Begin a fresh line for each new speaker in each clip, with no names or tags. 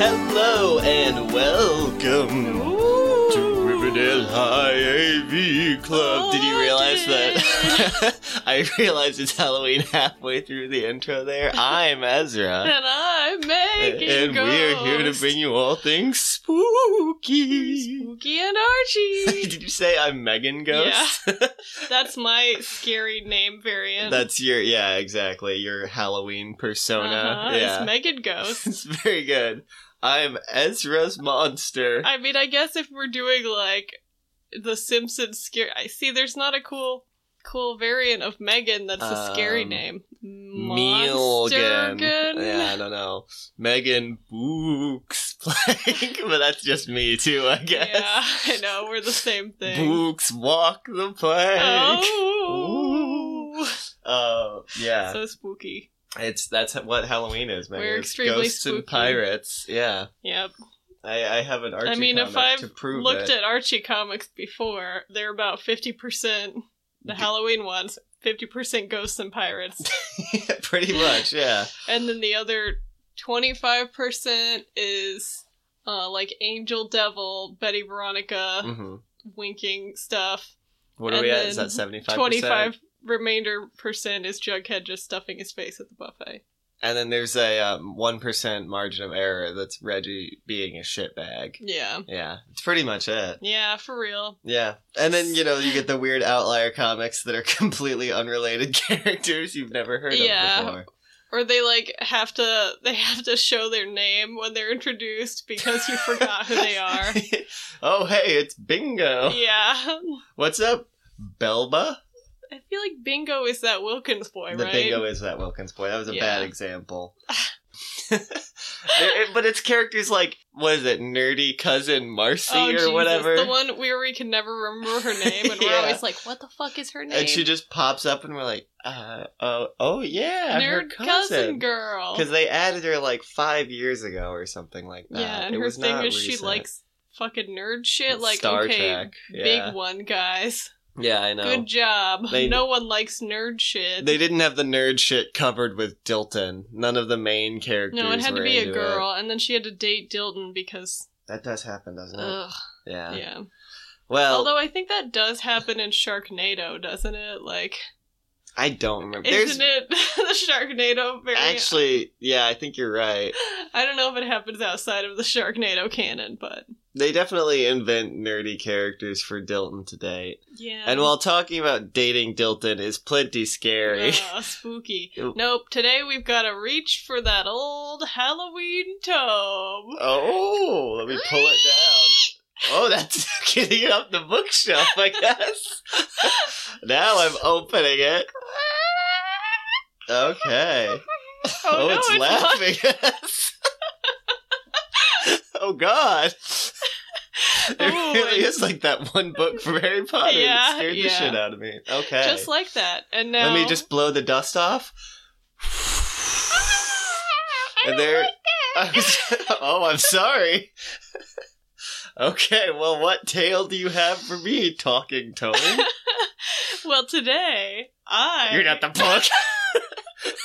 Hello and welcome to Riverdale High AV Club. Did you realize
Oh,
that? I realized it's Halloween halfway through the intro there. I'm Ezra.
And I'm Megan.
And we are here to
Ghost.
bring you all things spooky.
Spooky and Archie.
Did you say I'm Megan Ghost?
That's my scary name variant.
That's your, yeah, exactly. Your Halloween persona.
Uh-huh,
yeah.
It's Megan Ghost.
it's very good. I'm Ezra's monster.
I mean, I guess if we're doing like the Simpsons scare, I see. There's not a cool, cool variant of Megan that's a scary
Um,
name.
Mealgan.
Monstergan.
Yeah, I don't know. Megan Books Plank, but that's just me too, I guess.
Yeah, I know. We're the same thing.
Books walk the plank.
Oh.
Oh, yeah.
So spooky.
it's that's what Halloween is, man.
We're
It's
extremely
ghosts and
spooky.
pirates. Yeah,
Yep.
I, I have an Archie
I mean,
comic
if I've
to prove
looked
it.
at Archie comics before, they're about 50% the
D-
Halloween ones, 50% ghosts and pirates,
Pretty much, yeah.
and then the other 25% is uh, like Angel Devil, Betty Veronica,
hmm
winking stuff.
What are
And
we at? Is
then
that seventy five?
25 remainder percent is Jughead just stuffing his face at the buffet.
And then there's a um, 1% margin of error that's Reggie being a shitbag.
Yeah.
Yeah, it's pretty much it.
Yeah, for real.
Yeah. And then, you know, you get the weird outlier comics that are completely unrelated characters you've never heard
Yeah.
of before.
Or they like have to they have to show their name when they're introduced because you forgot who they are.
oh, hey, it's Bingo.
Yeah.
What's up, Belba?
I feel like Bingo is that Wilkins boy,
The
right?
Bingo is that Wilkins boy. That was a
Yeah.
bad example. There- it- but it's characters like, what is it, Nerdy Cousin Marcy
oh,
or
Jesus.
whatever?
The one where we can never remember her name, and we're
Yeah.
always like, what the fuck is her name?
And she just pops up, and we're like, uh, oh, oh yeah, her
Nerd cousin girl.
Because they added her like five years ago or something like that.
yeah, and
uh, It
her
was
thing
not
is she
recent.
likes fucking nerd shit. Like,
Star
okay,
Trek. Yeah.
big one, guys.
yeah, I know.
Good job.
They-
no one likes nerd shit.
They didn't have the nerd shit covered with Dilton. None of the main characters.
no, it had to
were
be a
into
girl, and then she had to date Dilton because,
it. That does happen, doesn't it?
ugh,
Oh, yeah.
Uh, yeah.
Well,
Although I think that does happen in Sharknado, doesn't it? Like,
I don't remember. There's
Isn't it the Sharknado variant?
actually, yeah, I think you're right.
I don't know if it happens outside of the Sharknado canon, but
They definitely invent nerdy characters for Dilton to date.
yeah.
And while talking about dating Dilton is plenty scary.
Ugh, Ah, spooky. Nope. Today we've got to reach for that old Halloween tome.
Oh, let me pull it down. Oh, that's getting it up the bookshelf, I guess. now I'm opening it. Okay.
Oh,
Oh,
no,
it's,
it's not.
laughing at us. oh, God. It
Oh,
really
it-
is like that one book from Harry Potter that
Yeah,
scared the
yeah.
shit out of me. Okay.
Just like that. And now
Let me just blow the dust off.
I
And
don't
there-
like
I was- oh, I'm sorry. okay, well, what tale do you have for me, talking Tony?
that. Well, today I.
You're not the book.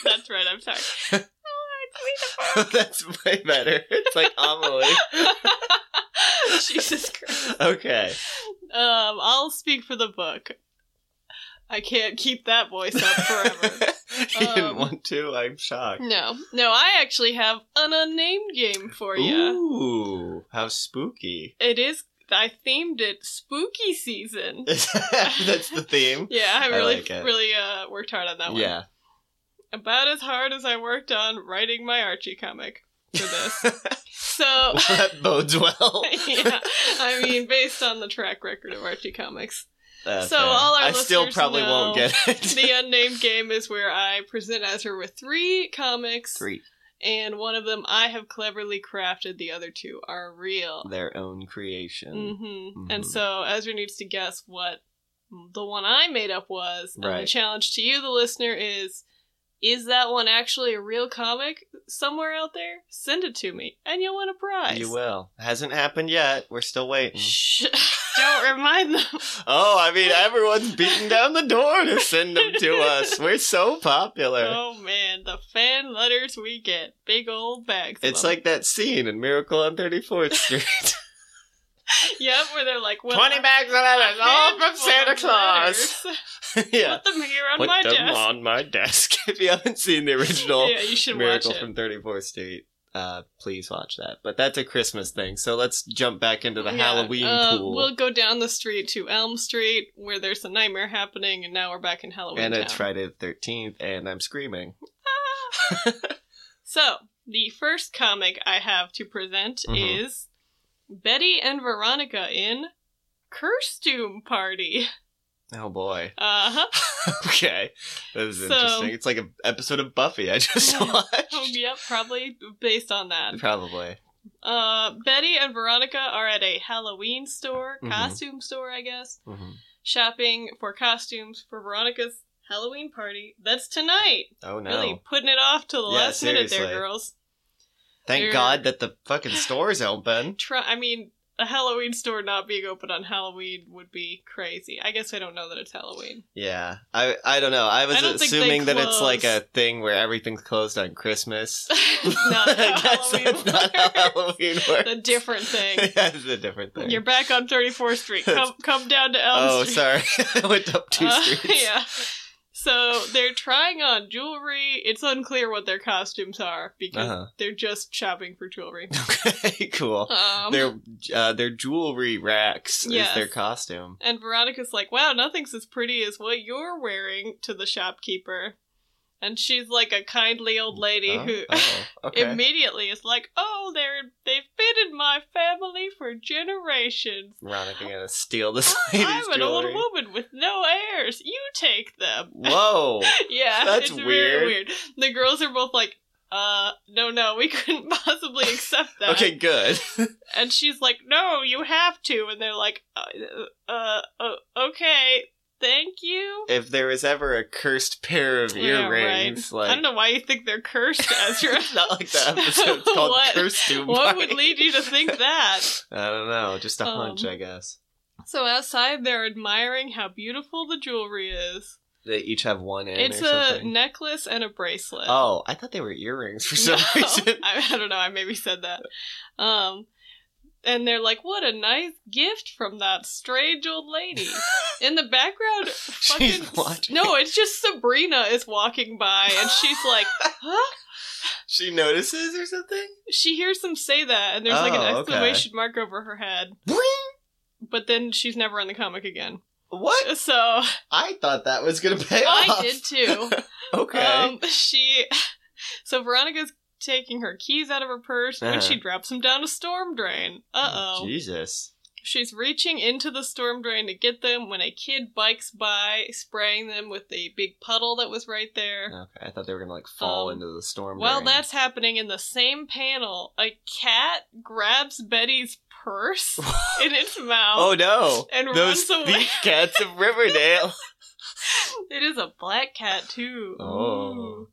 That's right. I'm sorry.
That's way better. It's like Amelie.
Jesus Christ.
Okay.
Um, I'll speak for the book. I can't keep that voice up forever.
you didn't
Um,
want to. I'm shocked.
no, no, I actually have an unnamed game for you.
Ooh, how spooky.
It is. I themed it spooky season.
That's the theme.
Yeah, I
I
really,
like it.
really uh, worked hard on that one.
Yeah.
About as hard as I worked on writing my Archie comic for this. so,
Well, that bodes well.
yeah, I mean, based on the track record of Archie comics.
That's
So all our
I still
listeners
probably won't
know
get it.
The unnamed game is where I present Ezra with three comics.
Three.
and one of them I have cleverly crafted. The other two are real.
Their own creation.
hmm
Mhm.
And so Ezra needs to guess what the one I made up was. And
Right.
the challenge to you, the listener, is is that one actually a real comic somewhere out there? Send it to me, and you'll win a prize.
You will. Hasn't happened yet. We're still waiting.
Shh. Don't remind them.
Oh, I mean, everyone's beating down the door to send them to us. We're so popular.
Oh man, the fan letters we get. Big old bags. of
It's
them.
like that scene in Miracle on 34th Street.
Yep, where they're like well,
20
I-
bags of letters,
I
all
had
from
full
Santa
of
Claus.
letters.
yeah.
Put them here on
Put
my
them
desk.
on my desk. if you haven't seen the original
Yeah, you should watch
Miracle
it.
from 34th Street, uh, please watch that. But that's a Christmas thing, so let's jump back into the
Yeah,
Halloween
uh,
pool
We'll go down the street to Elm Street where there's a nightmare happening, and now we're back in Halloween.
and it's
Town.
Friday the 13th, and I'm screaming.
So, the first comic I have to present
Mhm.
is Betty and Veronica in Curstume Party.
Oh boy.
Uh huh.
okay, that was
So-
interesting. It's like an episode of Buffy I just
Yeah.
watched.
Oh, yep, probably based on that.
Probably.
Uh, Betty and Veronica are at a Halloween store,
Mhm.
costume store, I guess,
hmm
shopping for costumes for Veronica's Halloween party. That's tonight.
Oh no!
Really putting it off till the
Yeah,
last minute
seriously.
there, girls.
Thank
They're-
God that the fucking store's open.
Try, I mean, a Halloween store not being open on Halloween would be crazy. I guess I don't know that it's Halloween.
Yeah, I I don't know. I was
I don't think they
assuming that it's like
close.
a thing where everything's closed on Christmas.
not
I
how
guess
Halloween
that's not how
works.
Halloween works.
The different thing.
that's a different thing.
You're back on 34th Street. Come, come down to Elm
oh,
Street.
sorry, I went up two
Uh,
streets.
yeah. So they're trying on jewelry. It's unclear what their costumes are because
Uh-huh.
they're just shopping for jewelry.
Okay, cool.
Um,
their uh, their jewelry racks is
Yes.
their costume.
And Veronica's like, wow, nothing's as pretty as what you're wearing to the shopkeeper. And she's like a kindly old lady
Huh?
who
Oh, okay.
immediately is like, oh, they're, they've been in my family for generations.
Veronica gonna steal this lady's
I'm an
jewelry.
old woman with no heirs. You take them.
Whoa!
Yeah,
That's
it's
weird.
very weird. The girls are both like, uh, no, no, we couldn't possibly accept that.
Okay, good.
And she's like, no, you have to. And they're like, uh, uh, uh okay, thank you.
if there was ever a cursed pair of
Yeah,
earrings, like
I don't know why you think they're cursed, Ezra.
not like that episode's called
What-
Cursed Doom
what
Party.
would lead you to think that?
I don't know, just a hunch,
Um,
I guess.
So outside, they're admiring how beautiful the jewelry is.
They each have one end
It's
or
a
something.
necklace and a bracelet.
oh, I thought they were earrings for some
No.
reason.
I, I don't know. I maybe said that. Um, and they're like, "What a nice gift from that strange old lady." In the background, fucking
She's watching.
no, it's just Sabrina is walking by, and she's like, "Huh?"
She notices or something.
She hears them say that, and there's like an
Oh, okay.
exclamation mark over her head.
Boing!
But then she's never in the comic again.
What?
So
I thought that was gonna pay
I
off.
did too.
Okay.
Um, she so Veronica's taking her keys out of her purse when
Uh-huh.
she drops them down a storm drain. Uh oh.
Jesus.
She's reaching into the storm drain to get them when a kid bikes by, spraying them with the big puddle that was right there.
Okay, I thought they were gonna like fall
Um,
into the Uh, storm.
While
drain.
that's happening in the same panel, a cat grabs Betty's purse in its mouth.
Oh no!
and
Those
runs away.
thief cats of Riverdale.
It is a black cat too.
Oh.
Ooh.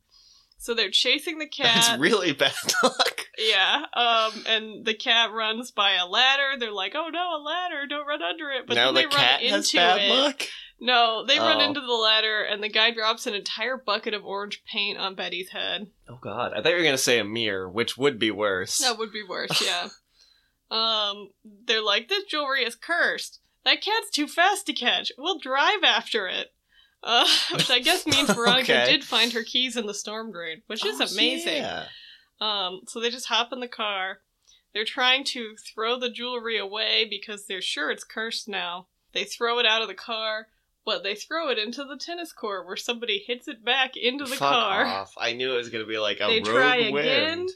So they're chasing the cat.
That's really bad luck.
Yeah. Um, and the cat runs by a ladder. They're like, "Oh no, a ladder! Don't run under it!" But
now
then they
the
run
cat
into
has bad
it.
luck.
No, they run
Oh.
into the ladder, and the guy drops an entire bucket of orange paint on Betty's head.
Oh god, I thought you were gonna say a mirror, which would be worse.
That would be worse. Yeah. um, they're like, "This jewelry is cursed. That cat's too fast to catch. We'll drive after it." Uh, which I guess means Veronica
Okay.
did find her keys in the storm drain, which is
Oh,
amazing.
yeah.
Um, so they just hop in the car. They're trying to throw the jewelry away because they're sure it's cursed now. They throw it out of the car, but they throw it into the tennis court where somebody hits it back into the
Fuck
car.
off. I knew it was gonna be like a
They
road
try
wind.
again.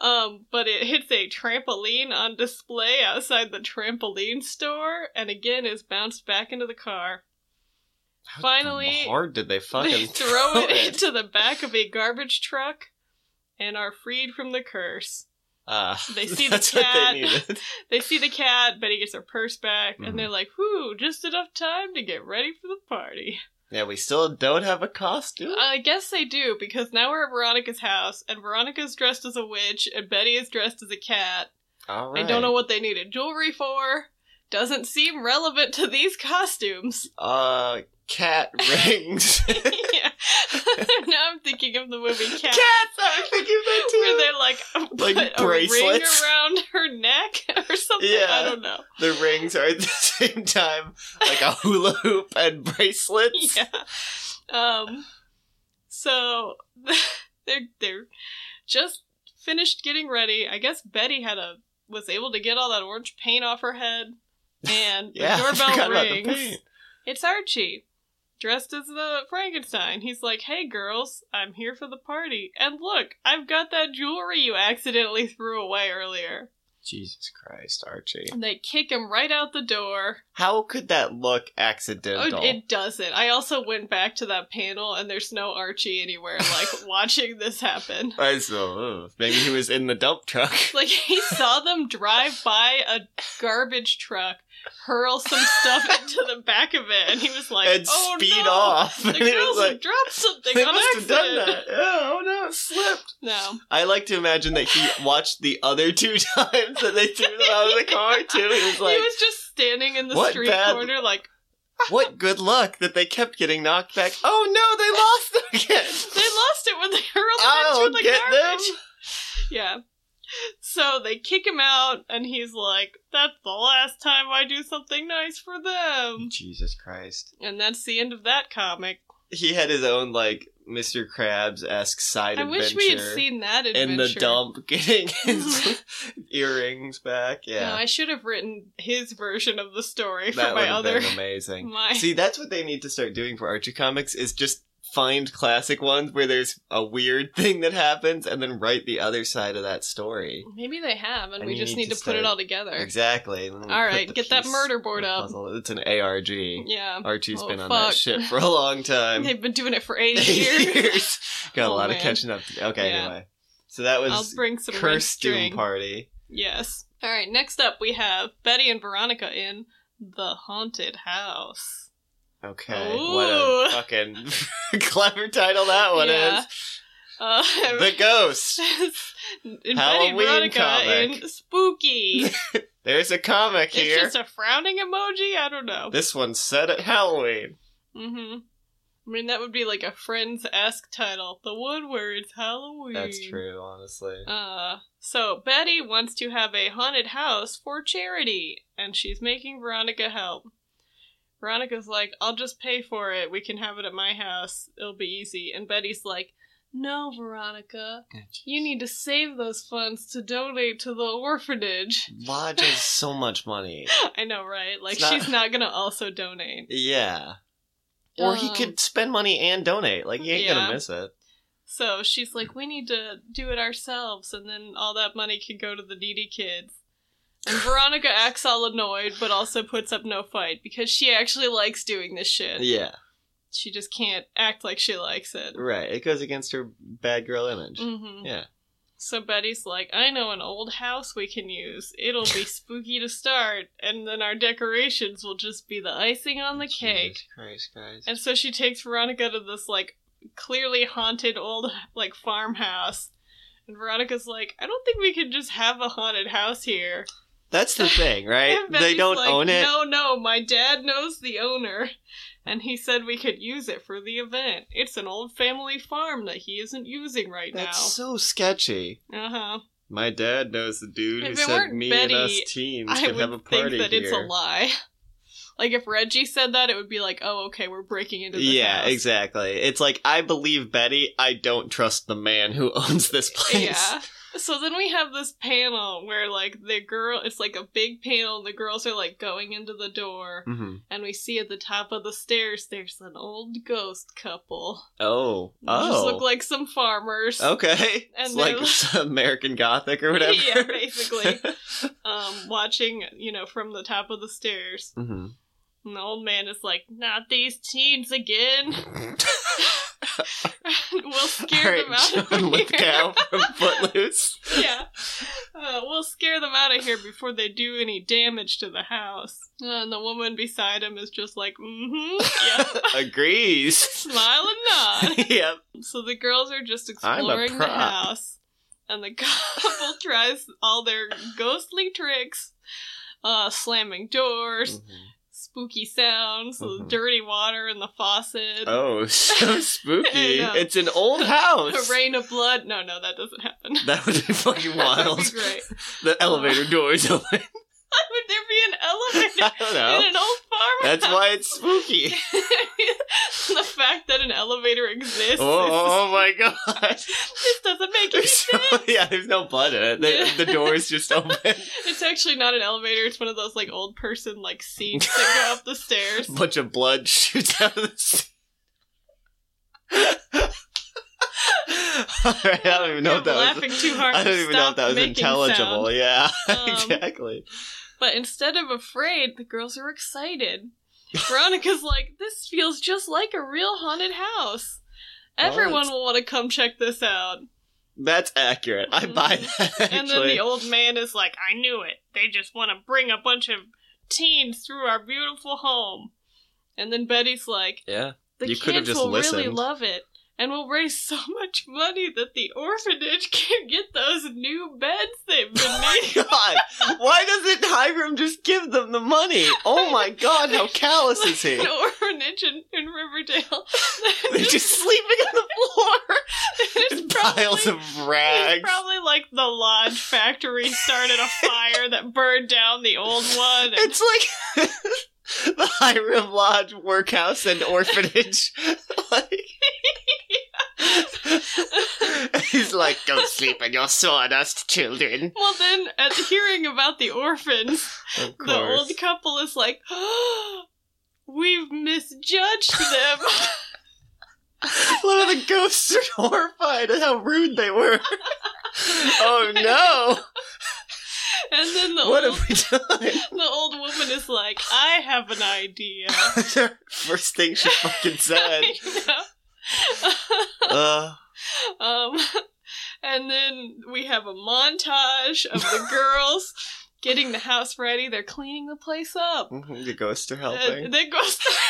Um, but it hits a trampoline on display outside the trampoline store and again is bounced back into the car.
How
Finally,
hard did they fucking
they throw it into the back of a garbage truck and are freed from the curse.
Ah,
They see the
that's
cat.
what they needed.
They see the cat, Betty gets her purse back,
Mhm.
and they're like, whoo, just enough time to get ready for the party.
Yeah, we still don't have a costume.
I guess they do, because now we're at Veronica's house, and Veronica's dressed as a witch, and Betty is dressed as a cat.
All
I
right.
don't know what they needed jewelry for. doesn't seem relevant to these costumes.
Uh, cat rings.
yeah. now I'm thinking of the movie Cat.
Cats! I was thinking that
Where
too.
they like put
Like
a ring
bracelets?
around her neck or something. I
Yeah.
don't know.
The rings are at the same time like a hula hoop and bracelets.
Yeah. Um. So they're they're just finished getting ready. I guess Betty had a was able to get all that orange paint off her head, and
Yeah, I
the doorbell
forgot about the
rings.
paint.
It's Archie, dressed as the Frankenstein. He's like, "Hey girls, I'm here for the party, and look, I've got that jewelry you accidentally threw away earlier."
Jesus Christ, Archie.
And they kick him right out the door.
How could that look accidental?
Oh, it doesn't. I also went back to that panel and there's no Archie anywhere, like watching this happen.
I saw. Maybe he was in the dump truck.
Like he saw them drive by a garbage truck, hurl some stuff into the back of it, and he was like,
and
"Oh
speed
no!"
off.
The
and he was
girls
like,
have dropped something
they
on
must have done
accident."
that. Yeah, oh no, it slipped.
No,
I like to imagine that he watched the other two times that they threw them out of the car too. He was like,
he was just standing in the
"What
street
bad-
corner, like
"What good luck that they kept getting knocked back." Oh no, they lost them again.
they lost it when they hurled
I'll
it into the
Oh, get
garbage.
them.
Yeah. So they kick him out, and he's like, "That's the last time I do something nice for them."
Jesus Christ!
And that's the end of that comic.
He had his own like Mr. Krabs esque side
I
adventure.
wish we had seen that adventure.
in the dump, getting his earrings back. Yeah.
No, I should have written his version of the story for
that would
my
have
other.
been amazing.
my-
See, that's what they need to start doing for Archie comics is just find classic ones where there's a weird thing that happens and then write the other side of that story.
Maybe they have, and
And
we
you
just
need
need
to
to, put it
start-
all together.
Exactly. and then we
All
put
right,
the
get that
piece
murder
of
board
the
up.
puzzle. It's an ARG.
Yeah,
Archie's
Oh,
been on
fuck.
that shit for a long time.
they've been doing it for eight
Eight
years.
years. Got a
Oh,
lot
man.
of catching up. To- okay,
Yeah.
anyway. So that
I'll
was
bring some red
Curse Doom
string.
Party.
Yes. All right. Next up, we have Betty and Veronica in the haunted house.
Okay, what a
Ooh.
fucking clever title that one
Yeah.
Oh, is.
Uh,
The Ghost.
in Betty and
Halloween
Veronica
comic.
in spooky.
There's a comic
It's
here.
just a frowning emoji. I don't know.
This one's set at Halloween.
Mm-hmm. I mean, that would be like a Friends esque title. The one where it's Halloween.
That's true, honestly.
Uh, so Betty wants to have a haunted house for charity, and she's making Veronica help. Veronica's like, I'll just pay for it. We can have it at my house. It'll be easy. And Betty's like, No, Veronica. You need to save those funds to donate to the orphanage.
Lodge has so much money.
I know, right? Like,
It's not-
she's not gonna also donate.
Yeah. Or he
Um,
could spend money and donate. Like, he ain't
Yeah.
gonna miss it.
So she's like, we need to do it ourselves, and then all that money can go to the needy kids. And Veronica acts all annoyed, but also puts up no fight because she actually likes doing this shit.
Yeah,
She just can't act like she likes it.
right. It goes against her bad girl image.
hmm
Yeah.
So Betty's like, I know an old house we can use. It'll be spooky to start, and then our decorations will just be the icing on the cake.
Jesus Christ, guys.
And so she takes Veronica to this like clearly haunted old like farmhouse. And Veronica's like, I don't think we can just have a haunted house here.
That's the thing, right?
And
they
Betty's
don't
like,
own it.
No, no, my dad knows the owner. And he said we could use it for the event. It's an old family farm that he isn't using right
That's so sketchy.
now. Uh huh.
My dad knows the dude
If
who
it
said
weren't
me
Betty,
and us teens
I
could
would
have a
think
party
that
here.
it's a lie. Like if Reggie said that, it would be like, oh, okay, we're breaking into this
Yeah,
house.
exactly. It's like I believe Betty. I don't trust the man who owns this place.
Yeah. So then we have this panel where like the girl it's like a big panel, the girls are like going into the door,
hmm
and we see at the top of the stairs there's an old ghost couple.
Oh.
They
Oh.
Just look like some farmers.
okay.
And
it's
they're
like American Gothic or whatever.
Yeah, basically. Um, watching, you know, from the top of the stairs.
hmm
And the old man is like, Not these teens again. we'll scare them out of
John
here.
Lithgow from Footloose.
yeah. Uh, we'll scare them out of here before they do any damage to the house. Uh, and the woman beside him is just like, mm hmm. Yep.
Agrees.
Smile and nod.
yep.
So the girls are just
I'm a
exploring the
prop.
house. And the couple tries all their ghostly tricks uh, slamming doors,
Mhm.
spooky sounds, the
Mhm.
dirty water in the faucet,
Oh, so spooky.
I know.
it's an old
a
house.
rain of blood. No, no, that doesn't happen.
That would be fucking
That
wild.
would be great.
The elevator doors open.
Why would there be an
I
elevator
don't
in
know.
an old farmhouse?
That's why it's spooky.
the fact that an elevator exists,
Oh, oh my god.
is- this doesn't make any
There's
sense.
no- yeah, there's no blood in it. The, the doors just open.
It's actually not an elevator. It's one of those like old person like seats that go up the stairs.
A bunch of blood shoots out of the sea. Alright, I don't even know
You're
if that was.
laughing too hard.
I don't even know if
Stop
that was
making
intelligible.
sound.
Yeah,
Um,
exactly.
But instead of afraid, the girls are excited. Veronica's like, "This feels just like a real haunted house.
Well,
Everyone
it's-
will want to come check this out."
That's accurate. I buy that. Actually.
mm-hmm. And then the old man is like, I knew it. They just want to bring a bunch of teens through our beautiful home. And then Betty's like,
yeah.
the
You could have
kids
just
will really
listened.
love it. And we'll raise so much money that the orphanage can get those new beds they've been needing.
Oh God, why doesn't Hiram just give them the money? Oh my God, how callous is he?
An orphanage in, in Riverdale.
They're just sleeping on the floor.
It's
Piles
probably-
of
It's
rags.
probably like the lodge factory started a fire that burned down the old one. and-
It's like the Hiram Lodge workhouse and orphanage. like, he's like, go sleep in your sawdust, children.
Well, then, at hearing about the orphans,
Of
the old couple is like, "We've misjudged them."
One of the ghosts are horrified at how rude they were. oh
and then the
no! What
old,
have we done?
the old woman is like, "I have an idea."
First thing she fucking said.
You know?
Uh,
um, and then we have a montage of the girls getting the house ready. They're cleaning the place up.
mhm, the ghosts are helping.
And they go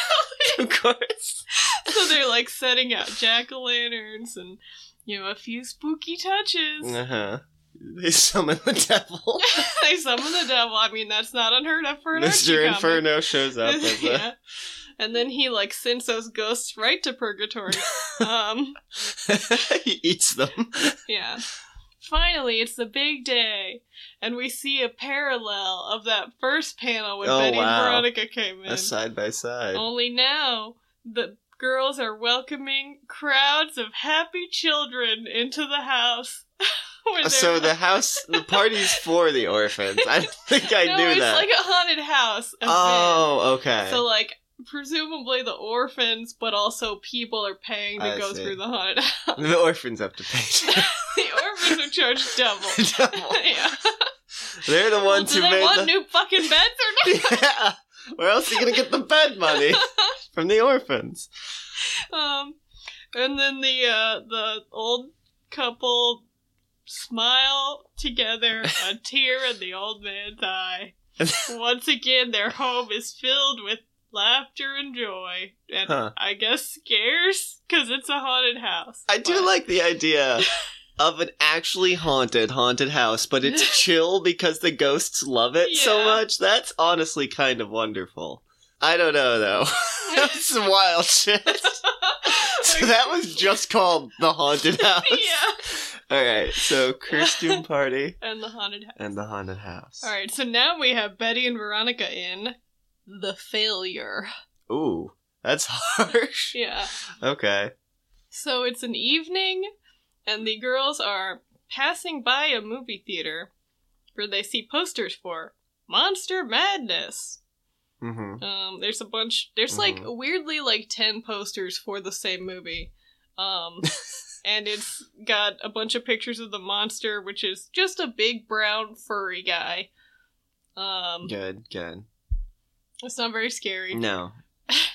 of course.
so they're like setting out jack o' lanterns and you know a few spooky touches.
Uh huh. They summon the devil.
they summon the devil. I mean, that's not unheard of for an
Mr.
Archie comic.
Inferno shows up as a
yeah. And then he like sends those ghosts right to purgatory. um,
he eats them.
yeah. Finally, it's the big day, and we see a parallel of that first panel when
Oh,
Betty
wow.
and Veronica came in.
A side by side.
Only now the girls are welcoming crowds of happy children into the house. where they're-
Oh, Uh, So the house, the party's for the orphans. I don't think I
no,
knew
it's
that.
like a haunted house. event.
oh, okay.
So like presumably the orphans, but also people are paying to
I
go
see.
through the haunted. house.
the orphans have to pay.
the orphans are charged double.
the devil.
yeah.
They're the
Well,
ones
do
who
they
made
want
the.
new fucking beds or not?
yeah. Where else are you gonna get the bed money from the orphans?
um, and then the uh, the old couple smile together, a tear in the old man's eye. Once again, their home is filled with laughter and joy, and
Huh.
I guess scares because it's a haunted house.
I do
But-
like the idea of an actually haunted haunted house, but it's chill because the ghosts love it so
Yeah.
much. That's honestly kind of wonderful. I don't know though. That's some wild shit. So that was just called the haunted house.
yeah.
All right. So costume party
And the haunted house.
and the haunted house.
All right, so now we have Betty and Veronica in the failure.
Ooh, that's harsh.
Yeah.
Okay.
So it's an evening, and the girls are passing by a movie theater where they see posters for Monster Madness.
Mm-hmm.
Um, there's a bunch. There's like weirdly like ten posters for the same movie. Um, and it's got a bunch of pictures of the monster, which is just a big brown furry guy. Um,
Good. Good.
it's not very scary.
No,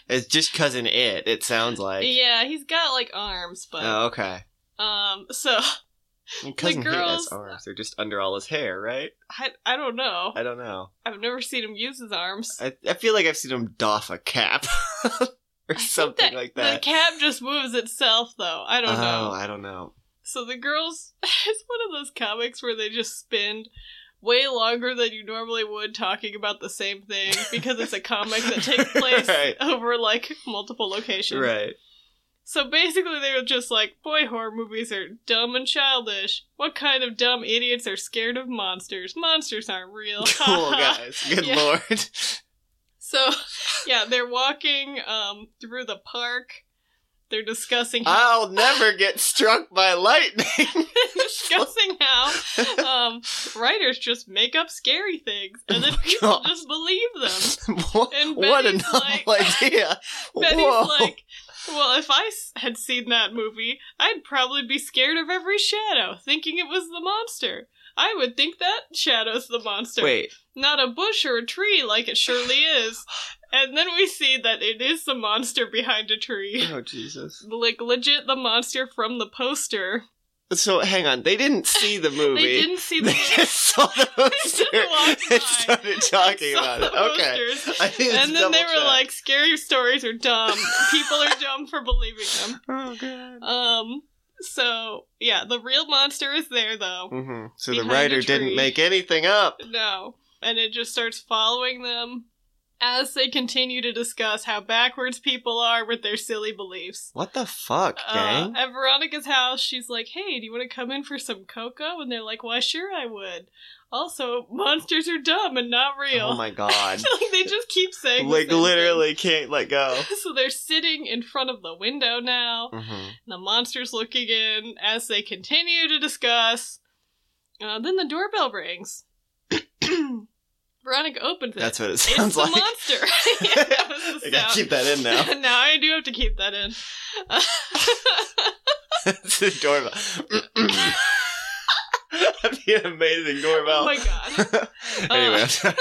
it's just cause an it. It sounds like.
Yeah, he's got like arms, but
Oh, okay.
um, so
Well, cousin hate
girls-
his arms. They're just under all his hair, right?
I I don't know.
I don't know.
I've never seen him use his arms.
I, I feel like I've seen him doff a cap or something like
The
that.
cab just moves itself, though. I don't
oh,
know.
I don't know.
So the girls, it's one of those comics where they just spend way longer than you normally would talking about the same thing because it's a comic that takes place
Right.
over like multiple locations.
Right.
So basically, they were just like, boy horror movies are dumb and childish. What kind of dumb idiots are scared of monsters? Monsters aren't real.
Cool guys. Good
Yeah.
lord.
So, yeah, they're walking um, through the park. They're discussing
I'll never get struck by lightning.
discussing how um, writers just make up scary things and then
Oh my
people
God.
just believe them.
what,
And
what a
Betty's
novel
like-
idea.
Betty's
Whoa.
like, well, if I s- had seen that movie, I'd probably be scared of every shadow, thinking it was the monster. I would think that shadow's the monster,
Wait.
not a bush or a tree like it surely is. And then we see that it is the monster behind a tree.
Oh Jesus.
Like, legit the monster from the poster.
So hang on. They didn't see the movie.
They didn't see the
They just saw the poster
walked by.
and started talking about it. Okay.
posters.
I think
And then they were like, scary stories are dumb. People are dumb for believing them.
"Oh god."
Um. So yeah, the real monster is there though.
hmm So the
Behind a
writer
tree.
didn't make anything up.
No, and it just starts following them as they continue to discuss how backwards people are with their silly beliefs.
What the fuck,
Uh,
gang?
at Veronica's house, she's like, "Hey, do you want to come in for some cocoa?" And they're like, "Why, sure, I would." Also, monsters are dumb and not real.
oh my god.
like they just keep saying, the
like
same thing.
literally can't let go.
So they're sitting in front of the window now.
hmm
The monster's looking in as they continue to discuss. Uh, then the doorbell rings. Veronica opens it.
That's what it
it's
sounds
the
like.
monster. Yeah, that was the
I gotta
sound.
keep that in now.
no, I do have to keep that in.
it's the doorbell. That'd be an amazing
oh
doorbell.
my god. Uh,
anyway, I'm sorry.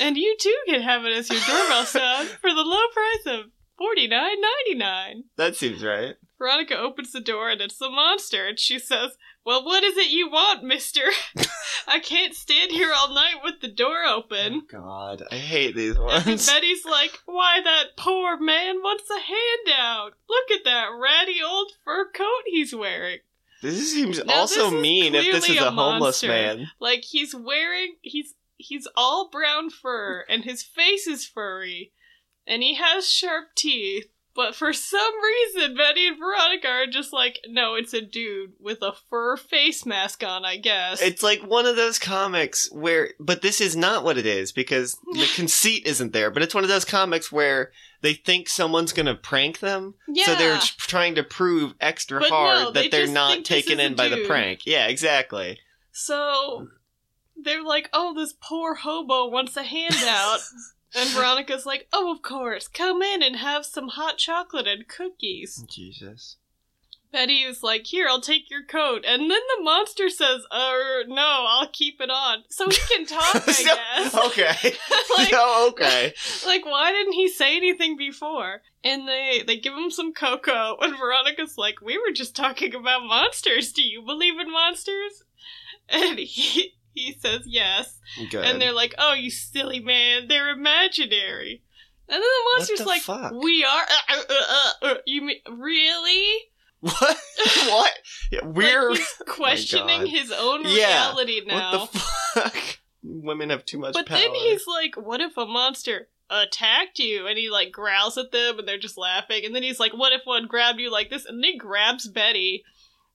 And you too can have it as your doorbell sound for the low price of forty nine ninety nine.
that seems right.
Veronica opens the door and it's the monster, and she says, Well, what is it you want, mister? I can't stand here all night with the door open.
Oh, God, I hate these
And
ones.
Betty's like, why that poor man wants a handout? Look at that ratty old fur coat he's wearing.
This seems
Now,
also
this is
mean if this
clearly
is a,
a
homeless
monster.
man.
Like he's wearing he's he's all brown fur and his face is furry and he has sharp teeth. But for some reason Betty and Veronica are just like, no, it's a dude with a fur face mask on, I guess.
It's like one of those comics where, but this is not what it is because the conceit isn't there. But it's one of those comics where they think someone's going to prank them,
yeah.
so they're tr- trying to prove extra
But no,
hard
they
that they're
just
not
think this
taken
is a
in by the
dude.
prank. Yeah, exactly.
So they're like, oh, this poor hobo wants a handout. and Veronica's like, oh, of course, come in and have some hot chocolate and cookies.
Jesus.
Betty is like, here, I'll take your coat. And then the monster says, oh, no, I'll keep it on. So he can talk, I
So-
guess.
Okay.
Like-
no, okay.
Like, why didn't he say anything before? And they, they give him some cocoa, and Veronica's like, We were just talking about monsters. Do you believe in monsters? And he, he says yes.
Good.
And they're like, "Oh, you silly man! They're imaginary." And then the
What
monster's
the
like,
fuck?
"We are uh, uh, uh, uh, you mean really?"
what? what? Yeah, we're. Oh
like, he's questioning
God.
his own
Yeah.
reality now.
What the fuck? Women have too much
but
power.
then he's like, "What if a monster attacked you?" And he like growls at them, and they're just laughing. And then he's like, "What if one grabbed you like this?" And then he grabs Betty,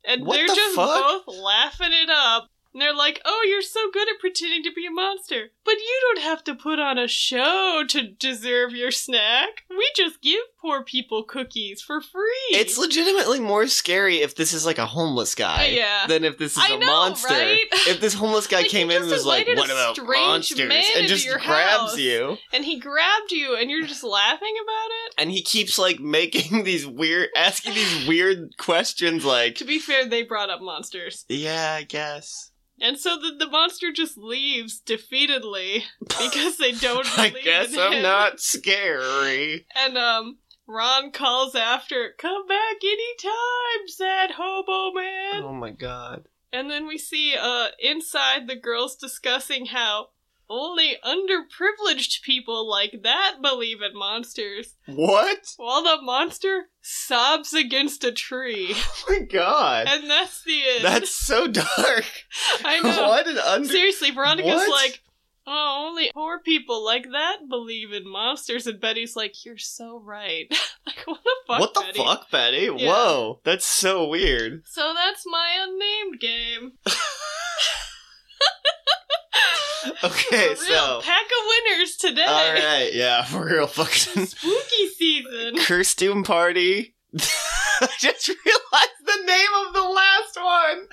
and
What
they're
the
just
fuck?
both laughing it up. And they're like, "Oh, you're so good at pretending to be a monster, but you don't have to put on a show to deserve your snack. We just give poor people cookies for free."
It's legitimately more scary if this is like a homeless
Uh,
guy
yeah.
than if this is
I
a
know,
monster.
right?
If this homeless guy
Like,
came
you
in and was
just
like,
invited a
"What about
strange
monsters?"
man
and
into
just
your
grabs
house.
you,
and he grabbed you, and you're just laughing about it.
and he keeps like making these weird, asking these weird questions, like,
To be fair, they brought up monsters.
"Yeah, I guess."
And so the, the monster just leaves defeatedly because they don't
I
believe
guess
in
I'm
him.
not scary.
And um, Ron calls after, "Come back anytime, sad hobo man."
Oh my god.
And then we see uh inside the girls discussing how Only underprivileged people like that believe in monsters.
What?
While the monster sobs against a tree.
Oh my god.
And that's the end.
That's so dark.
I know.
What an under.
Seriously, Veronica's
What?
like, oh, only poor people like that believe in monsters. And Betty's like, you're so right. like, what the fuck,
what the
Betty?
fuck, Betty?
Yeah.
Whoa, that's so weird.
So that's my unnamed game.
Okay,
A real
so
pack of winners today.
all right, yeah, for real, fucking
Spooky season.
costume party. I just realized the name of the last one.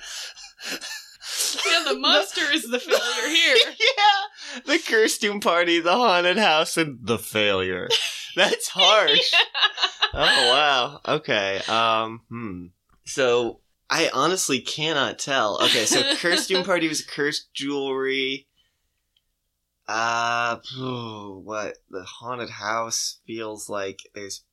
Yeah, the monster is the failure here.
yeah, the costume party, the haunted house, and the failure. That's harsh. Oh wow. Okay. Um. Hmm. So I honestly cannot tell. Okay. So costume party was cursed jewelry. Uh, phew, what the haunted house feels like. There's.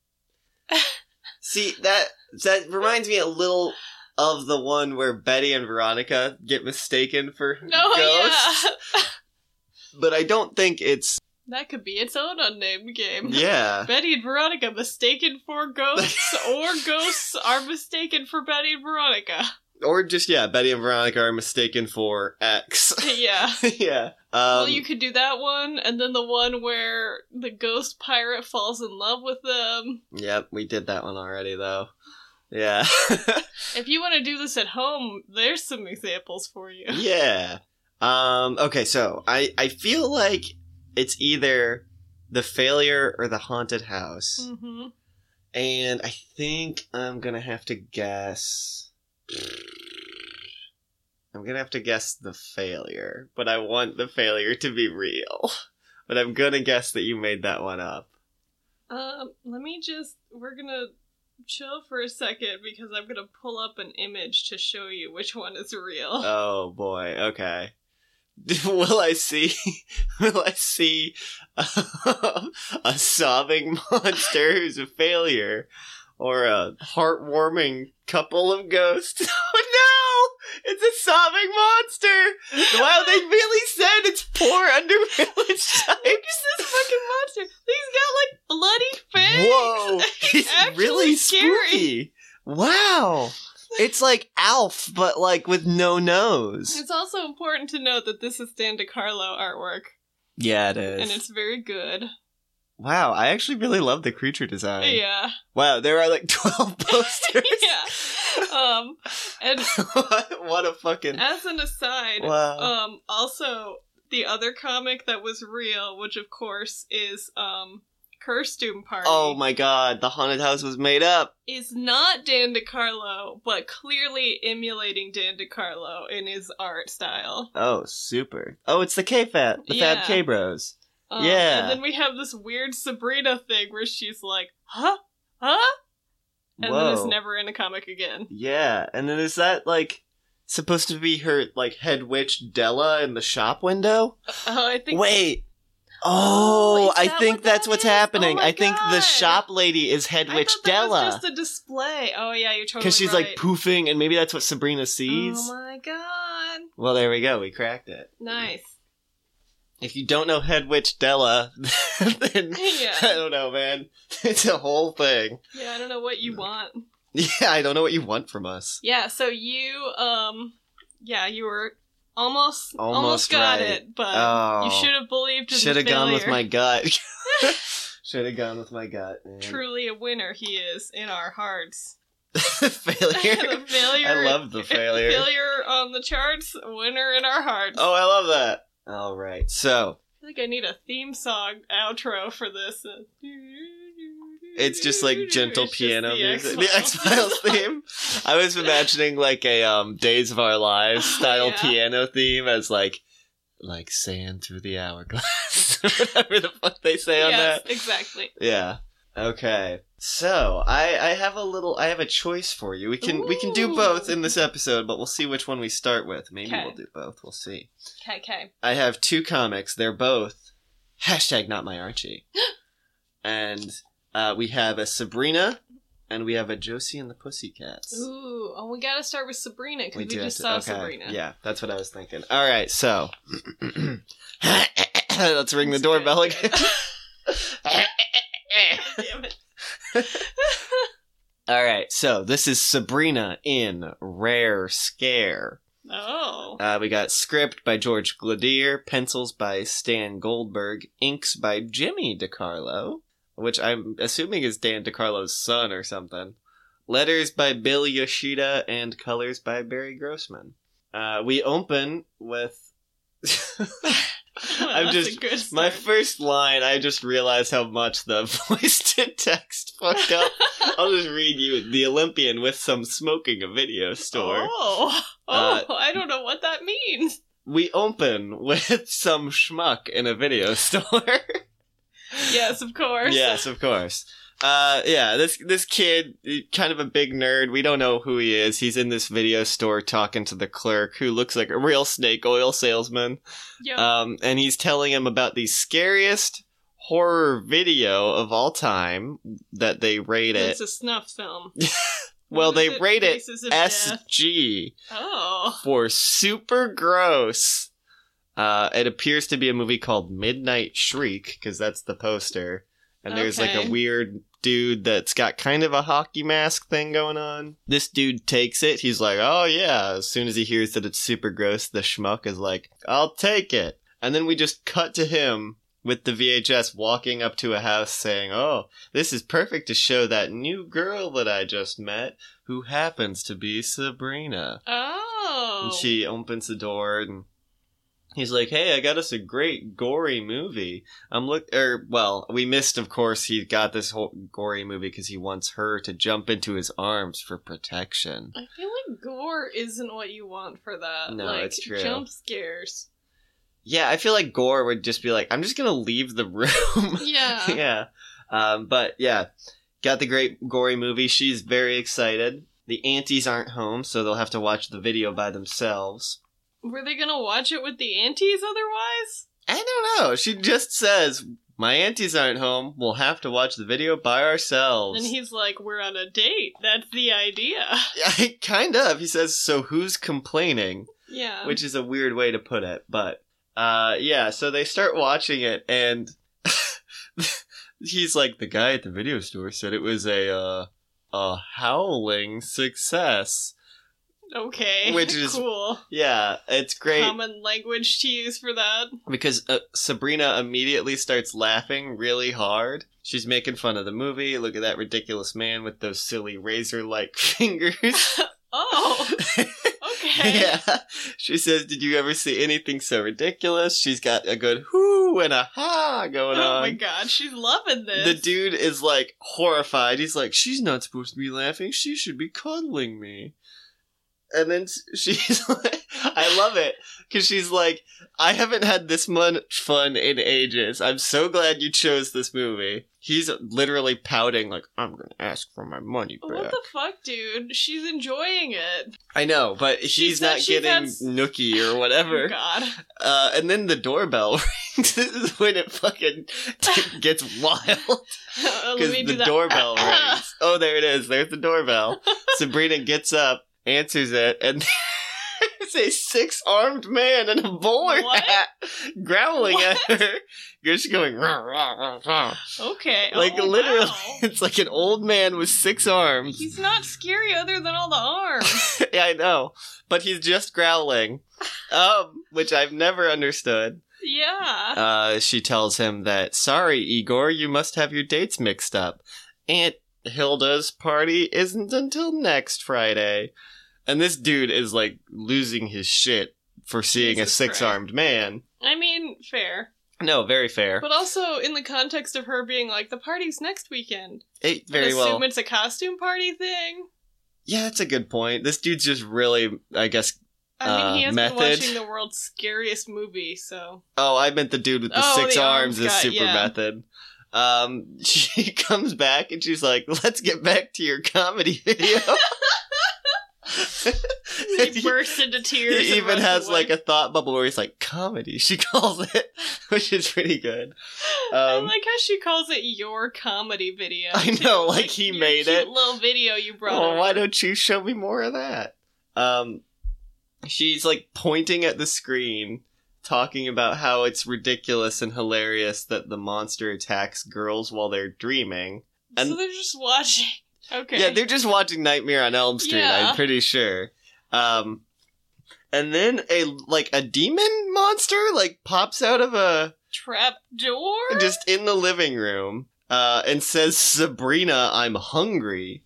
See that that reminds me a little of the one where Betty and Veronica get mistaken for
No,
ghosts,
Oh, yeah.
but I don't think it's
That could be its own unnamed game.
yeah.
Betty and Veronica mistaken for ghosts, or ghosts are mistaken for Betty and Veronica.
Or just yeah, Betty and Veronica are mistaken for X.
yeah.
yeah. Um,
well, you could do that one, and then the one where the ghost pirate falls in love with them.
Yep, we did that one already though. Yeah.
If you want to do this at home, there's some examples for you.
yeah. Um okay, so I I feel like it's either the failure or the haunted house.
hmm
And I think I'm going to have to guess I'm going to have to guess the failure, but I want the failure to be real. But I'm going to guess that you made that one up.
Um, let me just. We're gonna chill for a second because I'm gonna pull up an image to show you which one is real.
Oh boy. Okay. Will I see? Will I see um, a sobbing monster who's a failure, or a heartwarming couple of ghosts? Oh no! It's a sobbing monster. Wow, they really said it's poor underprivileged types.
this fucking monster. He's got like bloody fangs.
Whoa! He's
actually
really
scary.
spooky. Wow. It's like Alf, but like with no nose.
It's also important to note that this is Dan DiCarlo artwork,
Yeah, it is.
and it's very good.
Wow, I actually really love the creature design.
Yeah,
Wow, there are like 12 posters.
yeah. Um, and
what, what a fucking.
as an aside,
Wow.
um, also the other comic that was real, which of course is um, Kirstoom Party.
oh my god, the haunted house was made up.
is not Dan DiCarlo, but clearly emulating Dan DiCarlo in his art style.
Oh, super. Oh, it's the K Fat, the Fab
Yeah.
K Bros.
Um,
Yeah.
And then we have this weird Sabrina thing where she's like, huh? Huh? And then
Whoa.
it's never in a comic again.
yeah, and then is that like supposed to be her like head witch Della in the shop window?
Oh, I think.
Wait.
Oh,
Oh,
is
I
that
think
what
that's
that
what's
is? Oh
happening.
my
I think the
God.
shop lady is head
I
witch
thought that
Della.
was just a display. Oh yeah, you're totally
Because she's
right.
like poofing, and maybe that's what Sabrina sees.
Oh my god!
Well, there we go. We cracked it.
Nice.
If you don't know Head Witch Della, then
Yeah.
I don't know, man. It's a whole thing.
Yeah, I don't know what you want.
Yeah, I don't know what you want from us.
Yeah, so you, um, yeah, you were almost almost,
Almost
got
right.
it, but
Oh.
Um, you should have believed. in the
Should have gone with
failure.
my gut. Should have gone with my gut. Man.
Truly a winner he is in our hearts.
failure.
the failure.
I love the failure.
Failure on the charts. Winner in our hearts.
Oh, I love that. All right. So
I feel like I need a theme song outro for this.
it's just like gentle
It's just
piano music. The X Files
X-Files.
theme. I was imagining like a um, Days of Our Lives style
Oh, Yeah.
piano theme as like like sand through the hourglass, whatever the fuck they say on that.
yes, exactly.
Yeah. Okay. So I I have a little I have a choice for you. We can we can do
Ooh.
both in this episode, but we'll see which one we start with. Maybe
Okay.
we'll do both. We'll see.
Okay, okay.
I have two comics. They're both hashtag not my Archie, and uh, we have a Sabrina, and we have a Josie and the Pussycats.
Ooh, oh, we gotta start with Sabrina because we,
do have
just
to-
saw Sabrina.
Yeah, that's what I was thinking. All right, so Let's ring the
That's a good
doorbell
idea.
again.
Damn it.
All right, so this is Sabrina in Rare Scare.
Oh.
Uh, we got script by George Gladier, pencils by Stan Goldberg, inks by Jimmy DiCarlo, which I'm assuming is Dan DiCarlo's son or something. Letters by Bill Yoshida and colors by Barry Grossman. Uh, we open with. I'm
That's
just
a good
my
start.
first line. I just realized how much the voice to text fucked up. I'll just read you the Olympian with some smoking a video store.
Oh,
Uh,
oh I don't know what that means.
we open with some schmuck in a video store.
Yes, of course.
yes, of course. Uh, yeah, this this kid, kind of a big nerd. We don't know who he is. He's in this video store talking to the clerk, who looks like a real snake oil salesman.
Yep.
Um, and he's telling him about the scariest horror video of all time that they rate it.
it's a snuff film.
Well,
What
they
is
rate it
Faces of Death.
SG.
Oh.
for super gross. Uh, it appears to be a movie called Midnight Shriek because that's the poster, and there's like
Okay.
a weird dude that's got kind of a hockey mask thing going on. This dude takes it. He's like, "Oh yeah!" As soon as he hears that it's super gross, the schmuck is like, "I'll take it." And then we just cut to him with the VHS walking up to a house saying, "Oh, this is perfect to show that new girl that I just met, who happens to be Sabrina."
Oh.
And she opens the door and he's like, "Hey, I got us a great gory movie. I'm look or well, we missed of course he got this whole gory movie cuz he wants her to jump into his arms for protection."
I feel like gore isn't what you want for that.
No,
like,
it's true.
Jump scares.
Yeah, I feel like gore would just be like, "I'm just going to leave the room."
Yeah.
yeah. Um, but yeah, got the great gory movie. She's very excited. The aunties aren't home, so they'll have to watch the video by themselves.
Were they gonna watch it with the aunties otherwise?
I don't know. She just says, "My aunties aren't home. We'll have to watch the video by ourselves."
And he's like, "We're on a date. That's the idea."
I, kind of. He says, "So who's complaining?"
Yeah.
Which is a weird way to put it, but uh, yeah. So they start watching it, and he's like, "The guy at the video store said it was a uh, a howling success."
okay.
which is
cool.
Yeah, it's great.
Common language to use for that.
because uh, Sabrina immediately starts laughing really hard. She's making fun of the movie. Look at that ridiculous man with those silly razor-like fingers.
Oh. Okay.
yeah. She says, "Did you ever see anything so ridiculous?" She's got a good whoo and a ha going
Oh
on.
my god, she's loving this.
um, The dude is like horrified. He's like, "She's not supposed to be laughing. She should be cuddling me." And then s- she's like, "I love it because she's like, I haven't had this much fun in ages. I'm so glad you chose this movie." He's literally pouting, like, "I'm gonna ask for my money
What
back."
the fuck, dude? She's enjoying it.
I know, but he's
said
not
she
getting
had s-
nookie or whatever.
Oh god.
Uh, and then the doorbell rings. this is when it fucking t- gets wild.
Let me
Because
do
the
that.
doorbell rings. Oh, there it is. There's the doorbell. Sabrina gets up, answers it, and there's a six armed man in a bowler
What?
hat growling at her. She's going, "Rah, rah, rah, rah."
Okay.
like
oh,
literally,
wow.
it's like an old man with six arms.
He's not scary other than all the arms.
yeah, I know. But he's just growling, um, which I've never understood.
yeah.
uh, she tells him that, sorry, Igor, you must have your dates mixed up. Aunt Hilda's party isn't until next Friday. And this dude is like losing his shit for seeing
Jesus
a six armed man.
I mean, fair.
No, very fair.
But also in the context of her being like, the party's next weekend.
It,
I
very
assume
well.
it's a costume party thing.
yeah, that's a good point. This dude's just really, I guess.
I mean, he
Uh,
has been
method.
watching the world's scariest movie, so.
Oh, I meant the dude with the
Oh,
six
the
arms,
arms
is
guy,
super
yeah.
method. Um, she comes back and she's like, "Let's get back to your comedy video."
He bursts into tears.
He even has like a thought bubble where he's like comedy. She calls it, which is pretty good.
I
Um,
like how she calls it your comedy video.
I
too.
know, like, he
your
made
cute
it.
Little video you brought.
oh,
over.
why don't you show me more of that? Um, she's like pointing at the screen talking about how it's ridiculous and hilarious that the monster attacks girls while they're dreaming. And-
so they're just watching. Okay.
Yeah, they're just watching Nightmare on Elm Street,
Yeah.
I'm pretty sure. Um and then a like a demon monster like pops out of a
trap door.
just in the living room uh and says Sabrina, I'm hungry,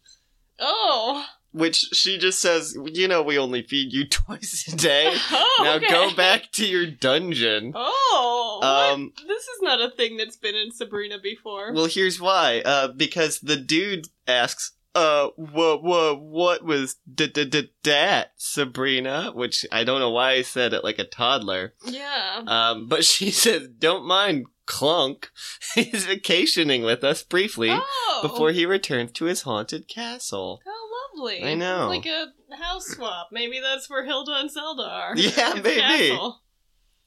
Oh.
which she just says, you know we only feed you twice a day.
Oh.
Now
okay.
go back to your dungeon.
Oh. what?
Um
This is not a thing that's been in Sabrina before.
Well, here's why. Uh, because the dude asks, uh, what, what, what was d- d- d- that, Sabrina? Which I don't know why I said it like a toddler.
yeah.
Um, but she says, don't mind Clunk. He's vacationing with us briefly
Oh.
before he returns to his haunted castle.
How lovely.
I know.
It's like a house swap. Maybe that's where Hilda and Zelda are.
Yeah,
It's a
maybe.
castle.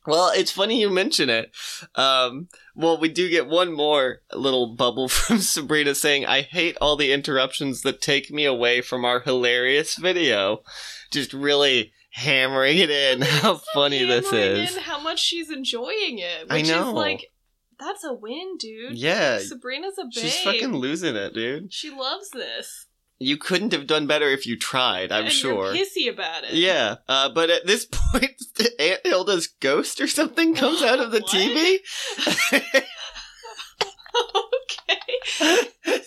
Well, it's funny you mention it. Um, well, we do get one more little bubble from Sabrina saying, I hate all the interruptions that take me away from our hilarious video. Just really hammering it in how funny this
Hammering
is.
in how much she's enjoying it. Which
I know.
is like, that's a win, dude.
Yeah,
Sabrina's a babe.
she's fucking losing it, dude.
She loves this.
You couldn't have done better if you tried, I'm
and
sure.
You're pissy about it.
Yeah, uh, but at this point, Aunt Hilda's ghost or something comes out of the
What?
TV.
okay.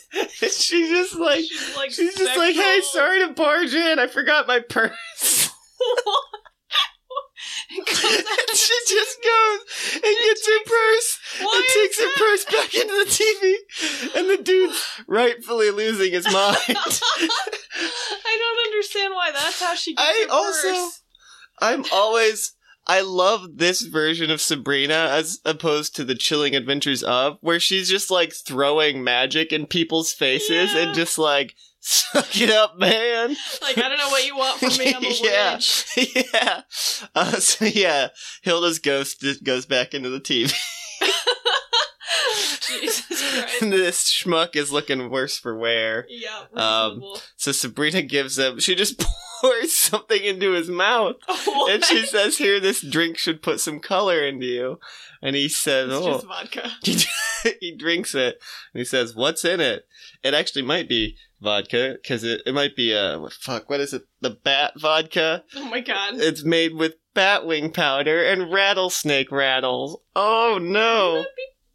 She's just like,
she's like,
She's just like, hey,
sexual-
sorry to barge in. I forgot my purse.
It
she
comes out of-
just goes and gets her purse and
Why is
takes her
that?
purse back into the TV. And the dude's rightfully losing his mind.
I don't understand why that's how she gets
I
her
also-
purse.
I'm always. I love this version of Sabrina as opposed to the chilling adventures of, where she's just like throwing magic in people's faces
Yeah.
and just like, suck it up, man.
Like, I don't know what you want from me. I'm a
Yeah.
witch.
yeah. Uh, so yeah, Hilda's ghost just goes back into the TV.
Jesus Christ.
and this schmuck is looking worse for wear.
Yeah.
Um,
reasonable.
So Sabrina gives him. She just pours something into his mouth,
What?
and she says, "Here, this drink should put some color into you." And he says,
It's
"Oh."
just vodka.
he drinks it, and he says, "What's in it?" It actually might be vodka because it, it might be uh fuck what is it the bat vodka
Oh my god.
It's made with batwing powder and rattlesnake rattles. Oh no!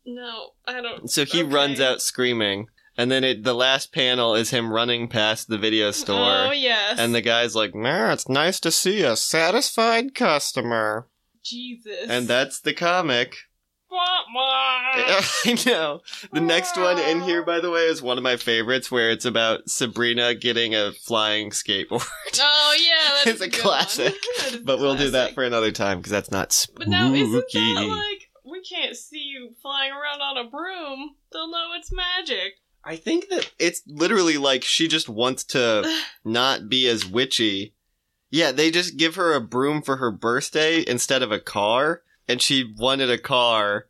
No, I don't.
So he
okay.
runs out screaming, and then it, the last panel is him running past the video store,
Oh yes.
and the guy's like, "Man, it's nice to see a satisfied customer."
Jesus.
And that's the comic.
Wah, wah.
I know. The next one
Ah.
in here, by the way, is one of my favorites, where it's about Sabrina getting a flying skateboard.
Oh yeah,
It's
that's
a classic. But we'll do that for another time because that's not spooky.
But now isn't that like we can't see you flying around on a broom? They'll know it's magic.
I think that it's literally like she just wants to not be as witchy. Yeah, they just give her a broom for her birthday instead of a car, and she wanted a car,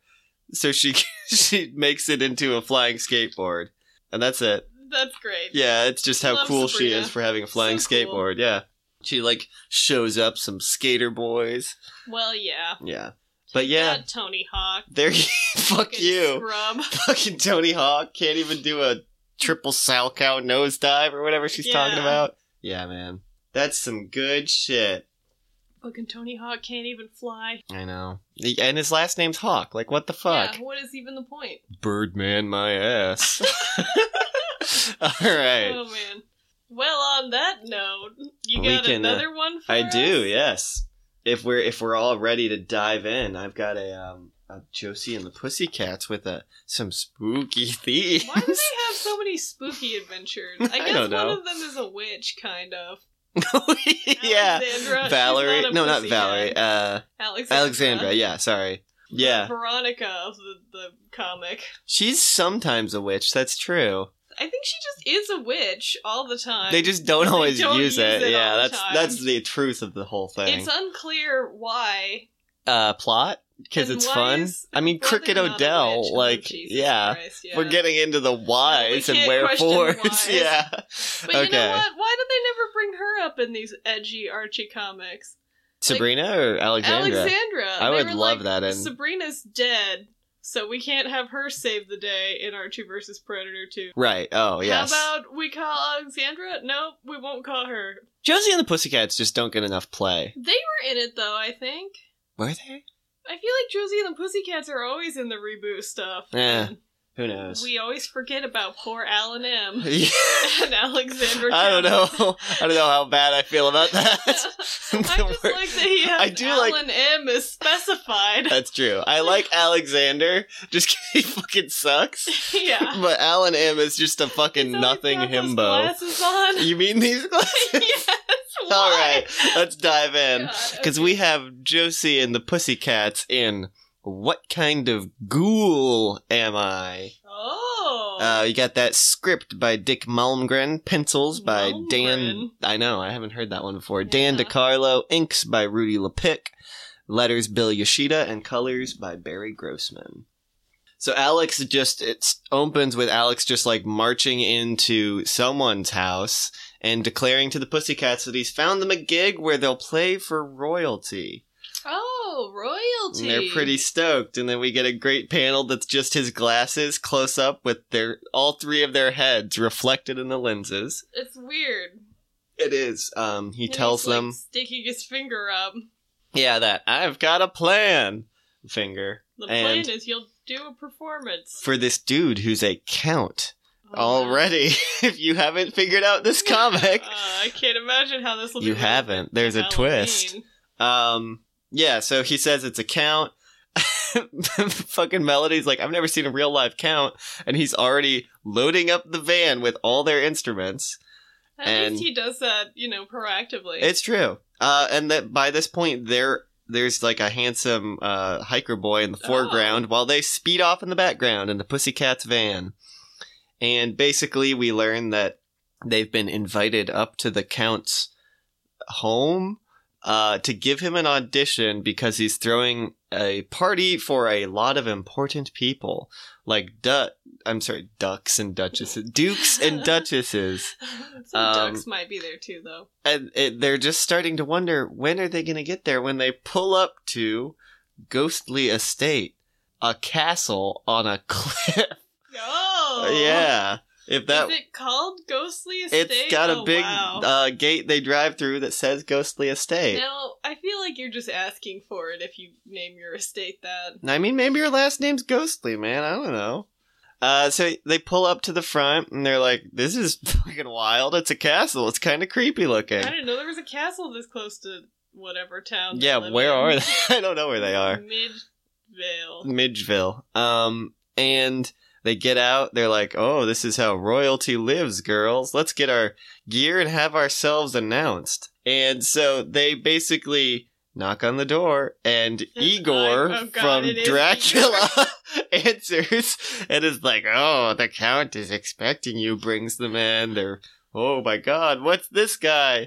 so she she makes it into a flying skateboard, and that's it.
That's great.
Yeah, it's just how
Love
cool she
Sabrina.
is for having a flying
So cool.
skateboard. Yeah, she like shows up some skater boys.
Well, yeah.
Yeah, but yeah,
God, Tony Hawk.
there. fuck
fucking
you.
Scrub.
fucking Tony Hawk can't even do a triple salchow nosedive or whatever she's talking
Yeah.
about. Yeah, man. That's some good shit.
Fucking Tony Hawk can't even fly.
I know. And his last name's Hawk. Like, what the fuck?
Yeah, what is even the point?
Birdman my ass. All right.
Oh man. Well, on that note, you
We
got
can, uh,
another one for
I
us?
do, yes. If we're if we're all ready to dive in, I've got a um a Josie and the Pussycats with a some spooky themes.
Why do they have so many spooky adventures? I
I
guess
don't know.
one of them is a witch, kind of.
yeah.
Alexandra, she's
Valerie,
not a
no, not
pussycat.
Valerie. Uh,
Alexandra.
Alexandra. Yeah, sorry. Yeah,
Veronica of the, the comic.
she's sometimes a witch. That's true.
I think she just is a witch all the time.
They just don't always
don't
use,
use
it.
it
Yeah,
all the
that's
time.
that's the truth of the whole thing.
it's unclear why.
uh, plot because
And
it's
why
fun.
is-
I mean,
why
Cricket
they're not a
Odell.
witch. Oh,
like,
Jesus
yeah.
Christ, yeah.
We're getting into the whys and
can't
wherefores.
question whys.
Yeah.
But you know what? Why did they never bring her up in these edgy Archie comics?
Sabrina or Alexandra?
Alexandra.
I
They
would
were
love
like,
that in-
Sabrina's dead, so we can't have her save the day in Archie versus Predator 2.
Right. Oh, yes.
How about we call Alexandra? No, we won't call her.
Josie and the Pussycats just don't get enough play.
They were in it though, I think.
Were they?
I feel like Josie and the Pussycats are always in the reboot stuff.
Yeah,
and
Eh, Who knows?
We always forget about poor Alan M.
Yeah,
and Alexandra.
I don't
Campbell.
know. I don't know how bad I feel about that.
I just like that he has
I do like-
Alan M is specified.
That's true. I like Alexander, just 'cause he fucking sucks.
yeah.
But Alan M is just a fucking
So
nothing
he's got those
himbo.
Glasses on.
You mean these glasses?
yes.
All
why?
right, let's dive in.
God,
Because we have Josie and the Pussycats in What Kind of Ghoul Am I?
Oh.
Uh, you got that script by Dick Malmgren, pencils by Dan.
Malmgren.
I know, I haven't heard that one before. Dan
Yeah.
DiCarlo, inks by Rudy LePic, letters Bill Yoshida, and colors by Barry Grossman. So Alex just it opens with Alex just like marching into someone's house and declaring to the Pussycats that he's found them a gig where they'll play for royalty.
oh, royalty.
And they're pretty stoked. And then we get a great panel that's just his glasses close up with their all three of their heads reflected in the lenses.
It's weird.
It is. Um, he
And
tells
he's, like,
them,
sticking his finger up.
"Yeah, that I've got a plan." Finger
The
And-
plan is you'll do a performance.
for this dude who's a count
Oh, wow.
already. if you haven't figured out this comic,
Uh, I can't imagine how this will.
you
be
haven't. There's a
relevant to
twist.
Halloween.
Um, yeah, so he says it's a count. Fucking Melody's like, I've never seen a real live count, and he's already loading up the van with all their instruments.
At
And-
least he does that, you know, proactively.
It's true. Uh, and that by this point, there there's like a handsome uh, hiker boy in the
Oh.
foreground while they speed off in the background in the Pussycat's van. And basically, we learn that they've been invited up to the Count's home uh, to give him an audition because he's throwing a party for a lot of important people, like du- I'm sorry, ducks and duchesses, dukes and duchesses.
Some
um,
ducks might be there too, though.
and it, they're just starting to wonder when are they going to get there when they pull up to ghostly estate a castle on a cliff
Oh,
uh, yeah if that
Is it called Ghostly Estate?
it's got a
Oh,
big
wow.
uh, gate they drive through that says ghostly estate
now, I feel like you're just asking for it if you name your estate that.
I mean, maybe your last name's Ghostly, man. I don't know. Uh, so they pull up to the front and they're like, "This is fucking wild. It's a castle. It's kind of creepy looking."
I didn't know there was a castle this close to whatever town. they
Yeah,
live
where
in.
are they? I don't know where they are.
Midvale.
Midgeville. Um, and they get out. They're like, "Oh, this is how royalty lives, girls. Let's get our gear and have ourselves announced." And so they basically knock on the door, and Igor
oh God,
from
it is
Dracula answers, and is like, "Oh, the count is expecting you." Brings them in. They're, "Oh my God, what's this guy?"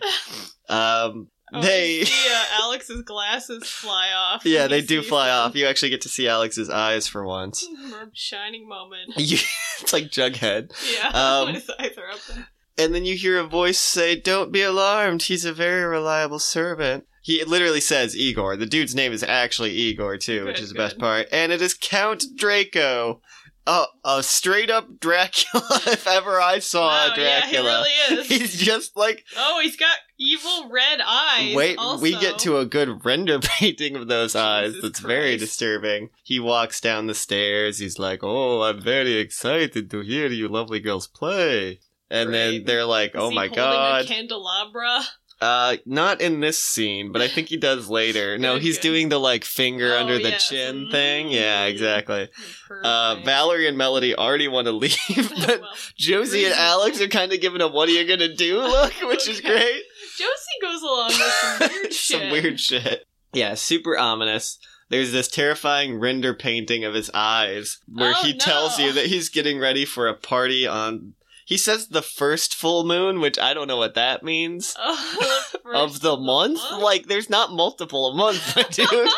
Um,
Oh,
they.
you see, uh, Alex's glasses fly off.
Yeah,
when
they
he
do
sees
fly
them.
off. You actually get to see Alex's eyes for once.
Shining moment.
You, it's like Jughead.
Yeah,
Um,
when his eyes are open.
And then you hear a voice say, Don't be alarmed, he's a very reliable servant. He it literally says Igor. The dude's name is actually Igor, too, which
Good,
is the best
good.
part. And it is Count Draco. Uh, a straight up Dracula, if ever I saw
wow,
a
Yeah,
oh, Dracula.
he really is.
He's just like,
oh, he's got evil red eyes.
wait,
also.
we get to a good render painting of those eyes.
Jesus
That's very
Christ.
disturbing. He walks down the stairs. He's like, "Oh, I'm very excited to hear you lovely girls play." And then
Right.
they're like,
Is
"Oh
he
my
holding
god!"
A candelabra.
Uh, not in this scene, but I think he does later. No,
Good,
he's
good.
doing the like finger
Oh,
under the
yes.
chin thing. Yeah,
Mm.
exactly.
Perfect.
Uh, Valerie and Melody already want to leave, but
Well,
Josie and
reasonable.
Alex are kind of giving a "What are you gonna do?" look, which is
Okay.
great.
Josie goes along with some weird shit.
Some weird shit. Yeah, super ominous. There's this terrifying render painting of his eyes where
Oh,
he
no.
tells you that he's getting ready for a party on. He says the first full moon, which I don't know what that means.
Oh,
of the month? Like, there's not multiple a month, my dude.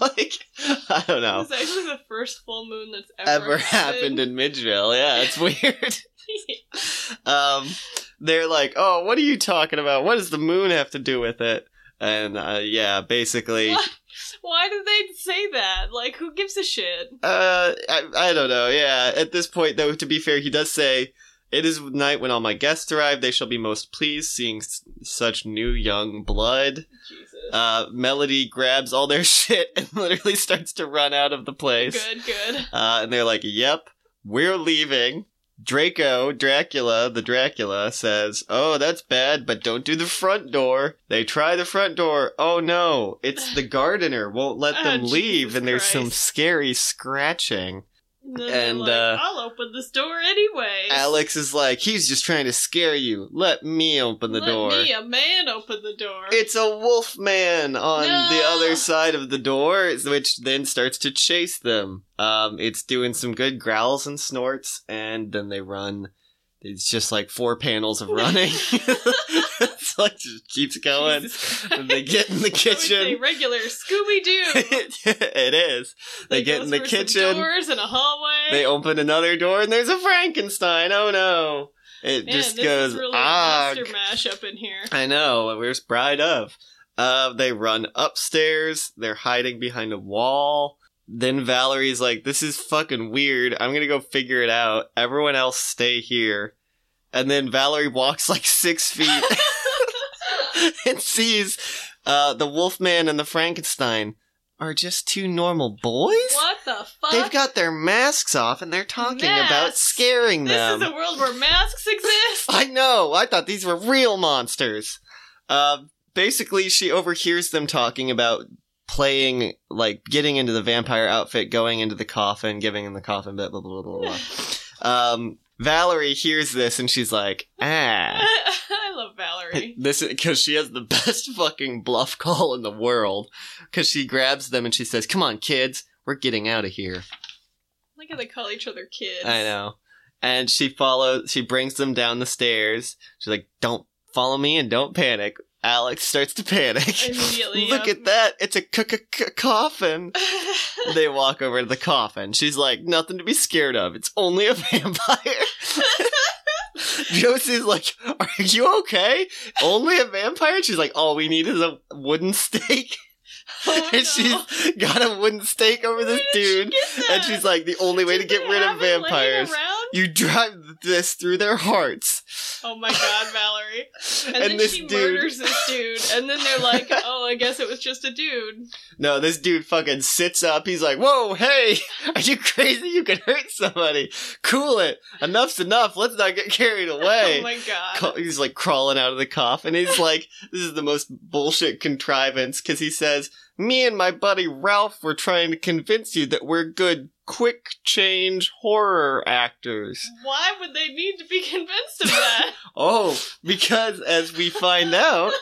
like, I don't know.
It's actually the first full moon that's ever,
oh. Ever happened in Midgeville? Yeah, it's weird. um, they're like, "Oh, what are you talking about? What does the moon have to do with it?" And uh, yeah, basically,
What? Why did they say that? Like, who gives a shit?
uh, I, I don't know. Yeah, at this point, though, to be fair, he does say, "It is night when all my guests arrive. They shall be most pleased seeing s- such new young blood."
Jesus.
Uh, Melody grabs all their shit and literally starts to run out of the place.
good, good.
Uh, and they're like, "Yep, we're leaving." Draco, Dracula, the Dracula says, "Oh, that's bad, but don't do the front door." They try the front door. Oh no, it's the gardener won't let them
Oh,
leave,
Jesus
and there's some
Christ.
scary scratching.
And, then they're
And,
like,
uh,
I'll open this door anyway.
Alex is like, "He's just trying to scare you. Let me open the
Let
door."
me, a man, open the door.
It's a wolf man on the
No.
other side of the door, which then starts to chase them. Um, it's doing some good growls and snorts, and then they run. It's just like four panels of running. it's like just keeps going.
Jesus Christ.
And they get in the
I would say
kitchen.
regular Scooby Doo.
it is. They, get in the kitchen.
Doors in a hallway.
They open another door, and there's a Frankenstein. Oh no! It
Man,
just
this
goes
is really
ah.
a monster mash up in here.
I know. Where's Bride of? Uh, they run upstairs. They're hiding behind a wall. Then Valerie's like, "This is fucking weird. I'm gonna go figure it out. Everyone else, stay here." And then Valerie walks like six feet and sees uh, the Wolfman and the Frankenstein are just two normal boys.
what the fuck?
They've got their masks off and they're talking about
Uh, Masks?
scaring
this
them.
is a world where masks exist.
I know. I thought these were real monsters. Uh, basically, she overhears them talking about playing, like getting into the vampire outfit, going into the coffin, giving him the coffin, blah blah blah blah blah. um, Valerie hears this and she's like, "Ah."
I love Valerie.
This because she has the best fucking bluff call in the world. Because she grabs them and she says, "Come on, kids, we're getting out of here."
Look how they call each other kids.
I know. And she follows. She brings them down the stairs. She's like, "Don't follow me and don't panic." Alex starts to panic.
Immediately,
Look
yeah.
at that! It's a c- c- c- coffin. they walk over to the coffin. She's like, "Nothing to be scared of. It's only a vampire." Josie's like, "Are you okay? Only a vampire?" She's like, "All we need is a wooden stake."
Oh,
and she's got a wooden stake over this dude. And she's like, "The only way to get rid of vampires." You drive this through their hearts.
Oh my god, Valerie. And,
And
then
this
she
dude-
murders this dude. And then they're like, oh, I guess it was just a dude.
No, this dude fucking sits up. He's like, whoa, hey, are you crazy? You could hurt somebody. Cool it. Enough's enough. Let's not get carried
Oh
away.
my god.
Ca- He's like crawling out of the coffin. He's like, this is the most bullshit contrivance because he says, me and my buddy Ralph were trying to convince you that we're good quick change horror actors.
Why would they need to be convinced of that?
Oh, because as we find out,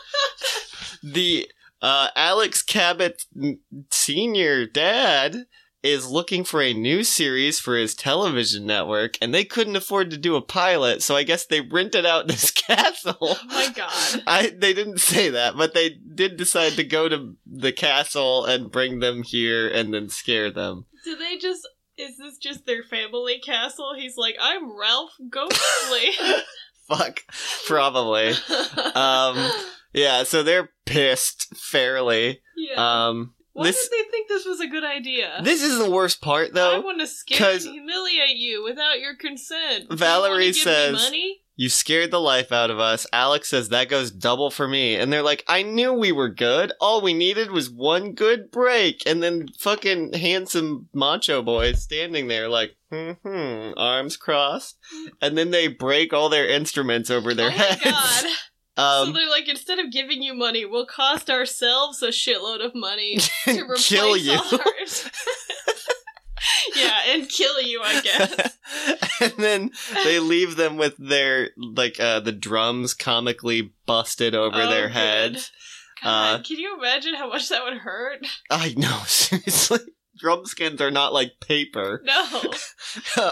the uh, Alex Cabot n- senior dad is looking for a new series for his television network, and they couldn't afford to do a pilot, so I guess they rented out this castle.
oh my god.
I they didn't say that, but they did decide to go to the castle and bring them here and then scare them.
Do they just. Is this just their family castle? He's like, I'm Ralph Ghostly.
Fuck, probably. Um, yeah, so they're pissed fairly.
yeah.
Um,
Why
this-
did they think this was a good idea?
This is the worst part,
I
though.
want to scare
'cause-
and humiliate you without your consent. You
Valerie
wanna give me
says-
money?
You scared the life out of us. Alex says that goes double for me. And they're like, I knew we were good. All we needed was one good break. And then fucking handsome macho boy is standing there like, hmm, arms crossed. And then they break all their instruments over their
oh
heads.
my god. so
Um,
they're like, instead of giving you money, we'll cost ourselves a shitload of money to replace
kill you.
ours. yeah, and kill you, I
Uh,
guess.
and then they leave them with their, like, uh, the drums comically busted over
Oh,
their
good.
heads.
God,
Uh,
can you imagine how much that would hurt?
I know, seriously. Drum skins are not like paper.
No.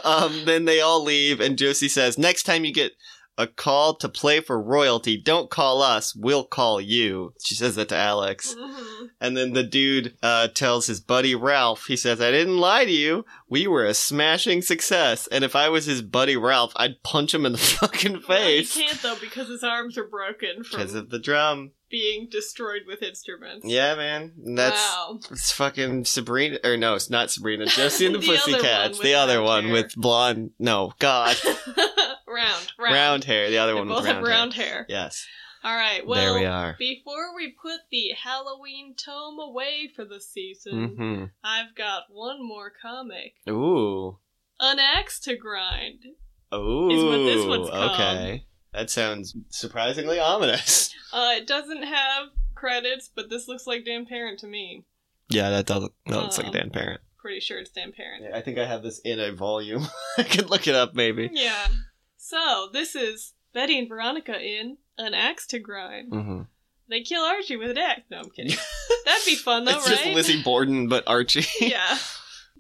um, then they all leave, and Josie says, Next time you get a call to play for royalty, don't call us, we'll call you. She says that to Alex.
Mhm.
And then the dude uh, tells his buddy Ralph, he says, I didn't lie to you. We were a smashing success. And if I was his buddy Ralph, I'd punch him in the fucking
Well, you
face
can't though because his arms are broken from
because of the drum.
being destroyed with instruments.
Yeah, man. That's
wow.
it's fucking Sabrina or no, it's not Sabrina. Josie and the,
The other one
Pussycats.
with
The other
round
one
hair.
with blonde. No, God,
round, round.
round. hair. The other
They
one
both
with
have
round,
round hair.
hair. Yes,
All right. Well,
there we are.
before we put the Halloween tome away for the season,
hmm
I've got one more comic.
Ooh,
An axe to grind.
ooh.
what this one's called.
Okay, that sounds surprisingly ominous.
Uh, it doesn't have credits, but this looks like Dan Parent to me.
Yeah, that doesn't. That looks like
Um,
a Dan Parent.
Pretty sure it's Dan Parent.
I think I have this in a volume. I could look it up, maybe.
Yeah. So this is Betty and Veronica in an axe to grind.
Mm-hmm.
They kill Archie with an axe. No, I'm kidding. That'd be fun though,
it's
right?
just Lizzie Borden, but Archie.
yeah.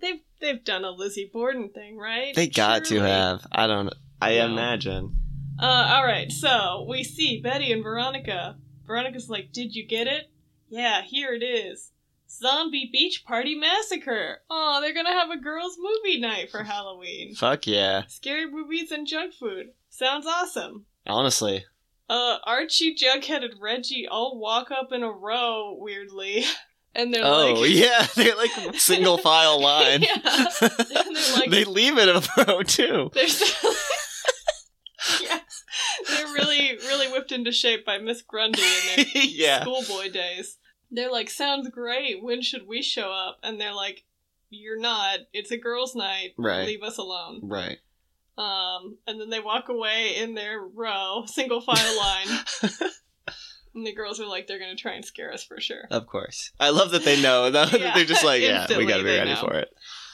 They've they've done a Lizzie Borden thing, right?
they got to
Surely.
have. I don't. I
No.
imagine.
Uh, all right. So we see Betty and Veronica. Veronica's like, "Did you get it? Yeah, here it is." Zombie Beach Party Massacre. Oh, they're gonna have a girls' movie night for Halloween.
Fuck yeah.
Scary movies and junk food. Sounds awesome.
Honestly.
Uh, Archie, Jughead, and Reggie all walk up in a row, weirdly, and they're
oh
like,
yeah, they're like single file line.
Yeah. And they're like-
they leave it in a row too.
they're so- yeah, they're really, really whipped into shape by Miss Grundy in their
yeah.
schoolboy days. They're like, sounds great. When should we show up? And they're like, you're not. It's a girls' night.
Right.
Leave us alone.
Right.
Um, and then they walk away in their row, single file line. and the girls are like, they're gonna try and scare us for sure.
Of course. I love that they know though. that
Yeah.
They're just like, yeah, we gotta
Instantly
be
they
ready
know.
for it.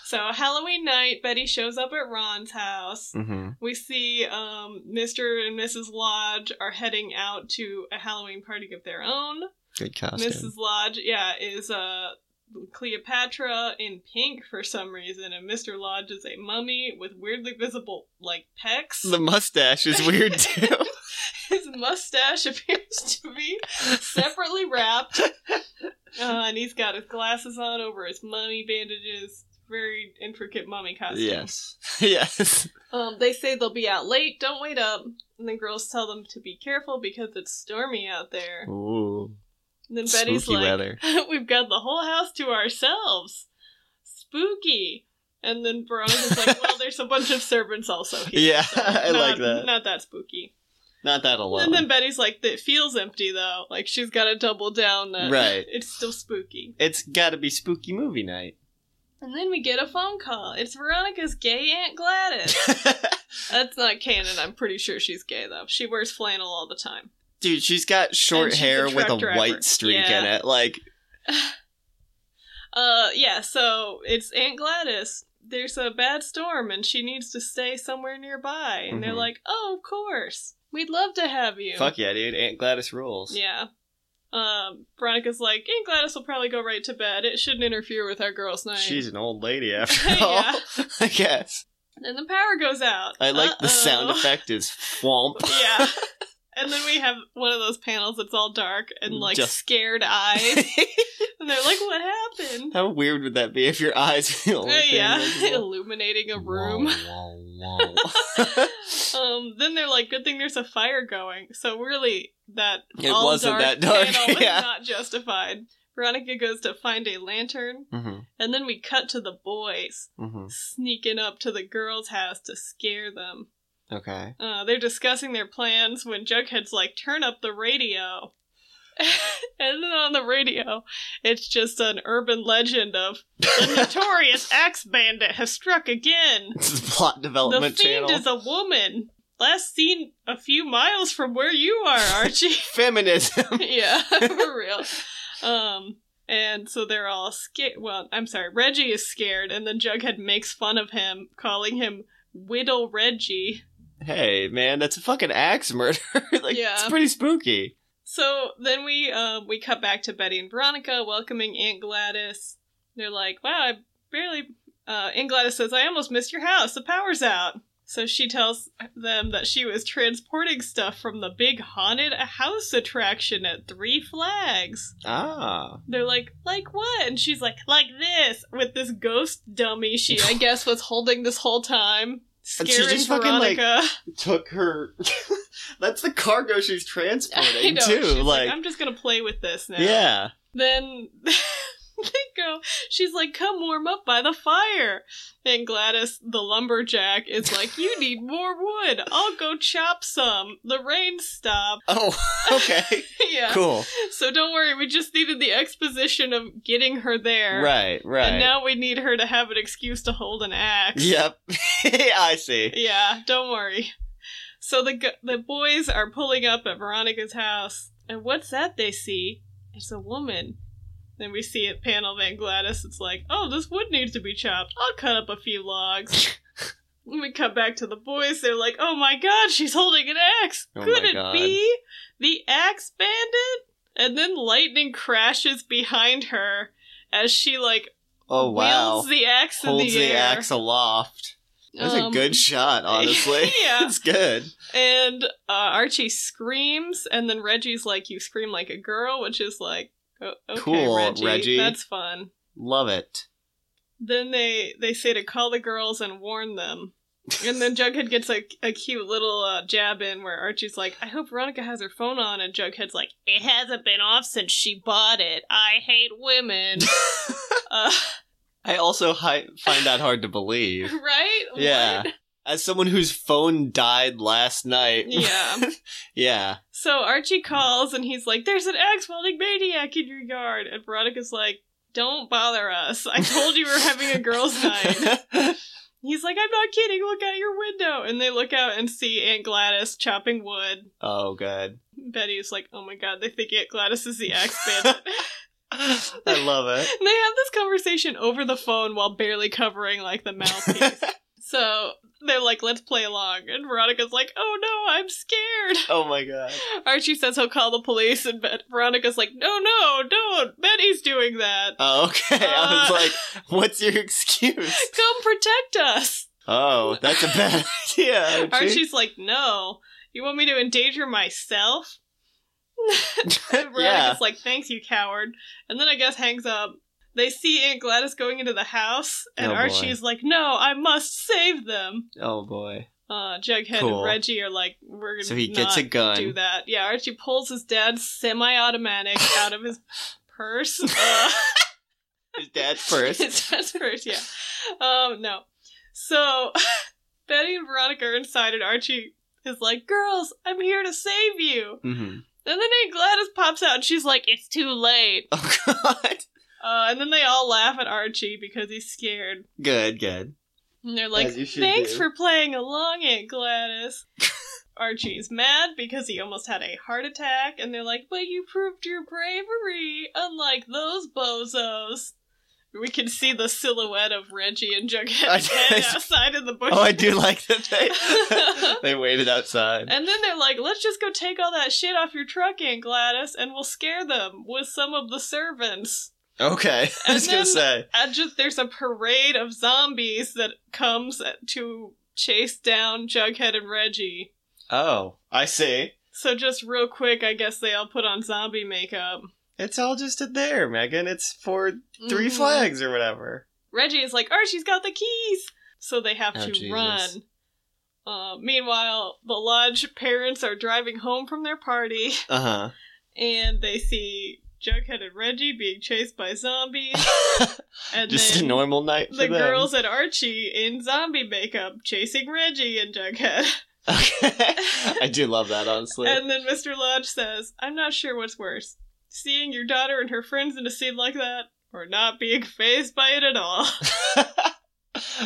So Halloween night, Betty shows up at Ron's house.
Mm-hmm.
We see um, Mr. and Mrs. Lodge are heading out to a Halloween party of their own.
Good costume.
Mrs. Lodge, yeah, is uh, Cleopatra in pink for some reason, and Mr. Lodge is a mummy with weirdly visible like pecs.
The mustache is weird too.
His mustache appears to be separately wrapped, uh, and he's got his glasses on over his mummy bandages. Very intricate mummy costume.
yes. Yes.
Um, they say they'll be out late, don't wait up. And the girls tell them to be careful because it's stormy out there.
Ooh.
And then Betty's
Spooky
like,
weather.
We've got the whole house to ourselves. Spooky. And then Veronica's like, Well, there's a bunch of servants also here.
Yeah, I
Not-
like that.
Not that spooky.
Not that alone.
And then Betty's like, It feels empty though. Like she's got to double down that
Right.
it's still spooky.
it's gotta be spooky movie night.
And then we get a phone call. It's Veronica's gay Aunt Gladys. That's not canon. I'm pretty sure she's gay though. She wears flannel all the time.
Dude, she's got short
she's a
hair with
truck
a
driver.
white streak in
Yeah.
it. Like,
Uh yeah, so it's Aunt Gladys. There's a bad storm and she needs to stay somewhere nearby. And they're
Mhm.
like, "Oh, of course. We'd love to have you."
fuck yeah, dude. Aunt Gladys rules.
Yeah. Um Veronica's like, "Aunt Gladys will probably go right to bed. It shouldn't interfere with our girls' night."
She's an old lady after
Yeah.
all. I guess. And
And the power goes out.
I like the
Uh-oh.
sound effect is womp.
yeah. And then we have one of those panels that's all dark and like
Mm, Just-
scared eyes. and they're like, "What happened?"
How weird would that be if your eyes feel
Uh, yeah, illuminating a room. Um, then they're like, "Good thing there's a fire going." So really, that
It
all
wasn't
dark
that dark,
panel was
yeah.
not justified. Veronica goes to find a lantern,
mm-hmm,
and then we cut to the boys
mm-hmm.
sneaking up to the girls' house to scare them.
Okay.
Uh, they're discussing their plans when Jughead's like, "Turn up the radio." and then on the radio, it's just an urban legend of the notorious axe bandit has struck again.
This is plot
The
development
fiend
channel.
is a woman. Last seen a few miles from where you are, Archie.
Feminism.
yeah, for real. Um, and so they're all scared. Well, I'm sorry. Reggie is scared, and then Jughead makes fun of him, calling him Whittle Reggie.
hey, man, that's a fucking axe murder. like,
Yeah.
it's pretty spooky.
So then we uh, we cut back to Betty and Veronica welcoming Aunt Gladys. They're like, "Wow, I barely." Uh, Aunt Gladys says, "I almost missed your house. The power's out." So she tells them that she was transporting stuff from the big haunted house attraction at Three Flags.
Ah.
They're like, "Like what?" And she's like, "Like this with this ghost dummy she I guess was holding this whole time."
And she
Scaring
just fucking, like,
Veronica.
Took her. That's the cargo she's transporting
I know.
too.
She's like,
like,
I'm just gonna play with this now.
yeah,
Then they go. She's like, "Come warm up by the fire." And Gladys, the lumberjack, is like, "You need more wood. I'll go chop some." The rain stopped.
Oh, okay.
yeah.
Cool.
So don't worry. We just needed the exposition of getting her there.
Right, right.
And now we need her to have an excuse to hold an axe.
yep. I see.
Yeah, don't worry. So the gu- the boys are pulling up at Veronica's house, and what's that they see? It's a woman. Then we see it panel Van Gladys. It's like, oh, this wood needs to be chopped. I'll cut up a few logs. When we cut back to the boys, they're like, oh my god, she's holding an axe.
Oh
Could
my
it
God.
be the axe bandit? And then lightning crashes behind her as she like
Oh wow.
wields the axe in
Holds
the,
the,
air.
axe aloft. That's a
Um,
good shot, honestly.
yeah.
it's good.
And uh, Archie screams, and then Reggie's like, "You scream like a girl," which is like, o- "Okay,
Cool,
Reggie,
Reggie.
that's fun."
Love it.
Then they they say to call the girls and warn them, and then Jughead gets a, a cute little uh, jab in where Archie's like, "I hope Veronica has her phone on," and Jughead's like, "It hasn't been off since she bought it. I hate women." uh,
I also hi- find that hard to believe.
right?
Yeah.
What?
As someone whose phone died last night.
Yeah.
yeah.
So Archie calls and he's like, There's an axe wielding maniac in your yard. And Veronica's like, Don't bother us. I told you we were having a girls' night. He's like, I'm not kidding. Look out your window. And they look out and see Aunt Gladys chopping wood.
oh, good.
Betty's like, Oh my god, they think Aunt Gladys is the axe bandit.
I love it.
and they have this conversation over the phone while barely covering like the mouthpiece. so they're like, Let's play along. And Veronica's like, Oh no, I'm scared.
oh my god.
Archie says he'll call the police, and Bet- Veronica's like, no, no, don't. Betty's doing that.
Oh, okay. I was
Uh.
like, what's your excuse?
Come protect us.
Oh, that's a bad idea. Archie.
Archie's like, no. You want me to endanger myself? And Veronica's
yeah.
like, thanks, you coward. And then I guess hangs up. They see Aunt Gladys going into the house, and
Oh, boy.
Archie's like, no, I must save them.
Oh boy.
Uh, Jughead
Cool.
and Reggie are like, we're gonna
So he
not
gets a gun.
do that. Yeah, Archie pulls his dad's semi-automatic out of his purse. Uh,
His dad first.
It's that's first, yeah. Um, no. So Betty and Veronica are inside, and Archie is like, "Girls, I'm here to save you."
hmm
And then Aunt Gladys pops out, and she's like, "It's too late."
Oh god.
Uh, and then they all laugh at Archie because he's scared,
Good, good.
and they're like,
As you should
"Thanks
do."
for playing along, Aunt Gladys." Archie's mad because he almost had a heart attack, and they're like, "But you proved your bravery, unlike those bozos." We can see the silhouette of Reggie and Jughead's
I-
head outside in the bushes.
Oh, I do like that they they waited outside.
And then they're like, "Let's just go take all that shit off your truck, Aunt Gladys, and we'll scare them with some of the servants."
Okay, I
And
was gonna
then-
say.
And just there's a parade of zombies that comes to chase down Jughead and Reggie.
Oh, I see.
So just real quick, I guess they all put on zombie makeup.
It's all just a there, Megan. It's for 3
Mhm.
flags or whatever.
Reggie is like, Archie's got the keys, so they have
Oh,
to
Jesus.
run. Uh, meanwhile, the Lodge parents are driving home from their party,
Uh
and they see Jughead and Reggie being chased by zombies,
huh.
and
just a
then
normal night for
the
them.
girls at Archie in zombie makeup chasing Reggie and Jughead.
Okay. I do love that honestly.
And then Mr. Lodge says, I'm not sure what's worse seeing your daughter and her friends in a scene like that, or not being phased by it at all.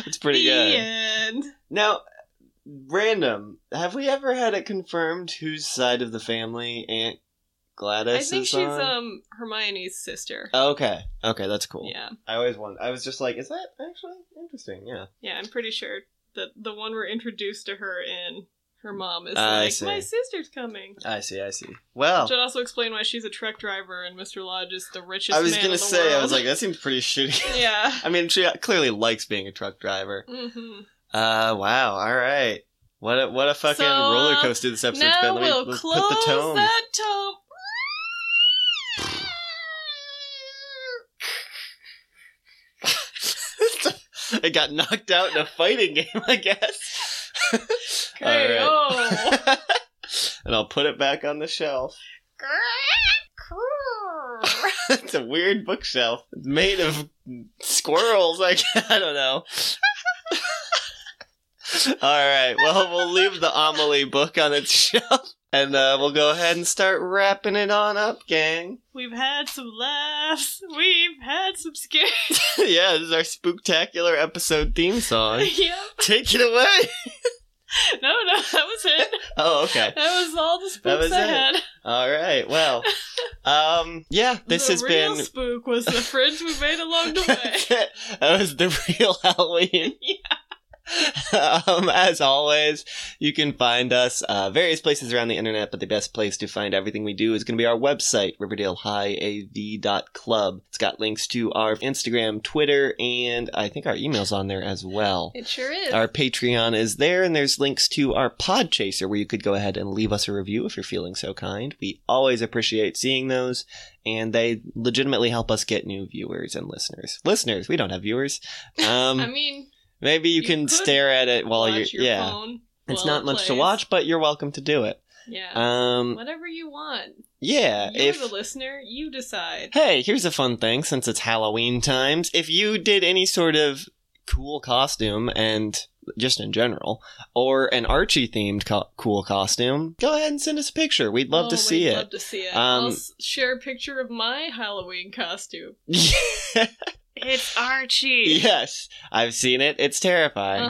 it's pretty
the
good.
end.
Now, random. Have we ever had it confirmed whose side of the family Aunt
I
Gladys
think
is uh,
she's
on?
um Hermione's sister.
Oh, okay. Okay, that's cool.
Yeah,
I always wondered. I was just like, is that actually interesting? Yeah.
yeah, I'm pretty sure that the one we're introduced to her in, her mom is
I
like,
see. Oh.
my sister's coming.
I see. I see. Well,
Which would also explain why she's a truck driver and Mr. Lodge is the richest.
I was
man
gonna
in the
say, I was like,
world.
that seems pretty shitty.
yeah.
I mean, she clearly likes being a truck driver.
hmm
Uh, wow. All right. What a what a fucking
So, uh,
roller coaster this episode's
Now
been. Let me
we'll
let's
close
put the tone.
that tome.
it got knocked out in a fighting game, I guess.
Okay,
All
oh.
and I'll put it back on the shelf.
Grrrr.
it's a weird bookshelf. It's made of squirrels. Like I don't know. All right. Well, we'll leave the Amelie book on its shelf, and uh, we'll go ahead and start wrapping it on up, gang.
We've had some laughs. We've had some scares.
yeah, this is our spooktacular episode theme song.
yep.
Take it away.
No, no, that was it.
Oh, okay.
That was all the
That
spooks
was
I
it.
had.
All right. Well, um, yeah. This
the
has
real
been.
spook was the friends we made along the way.
that was the real Halloween. um, as always, you can find us uh, various places around the internet, but the best place to find everything we do is going to be our website, riverdalehighav.club. It's got links to our Instagram, Twitter, and I think our email's on there as well.
It sure is.
Our Patreon is there, and there's links to our Podchaser where you could go ahead and leave us a review if you're feeling so kind. We always appreciate seeing those, and they legitimately help us get new viewers and listeners. Listeners, we don't have viewers. Um,
I mean,
Maybe you,
You
can
could
stare at it while you're
watch your
yeah.
phone.
It's
while
not
it
much to
plays. Uh,
watch, but you're welcome to do it.
Yeah.
Um
Whatever you want.
yeah,
You're
if
the listener. You decide.
Hey, here's a fun thing since it's Halloween times. If you did any sort of cool costume and just in general or an Archie themed co- cool costume, go ahead and send us a picture. We'd love
Oh,
to
we'd
see
Love
it.
to see it.
Um,
I'll s- share a picture of my Halloween costume. It's Archie.
yes, I've seen it. It's terrifying.
Uh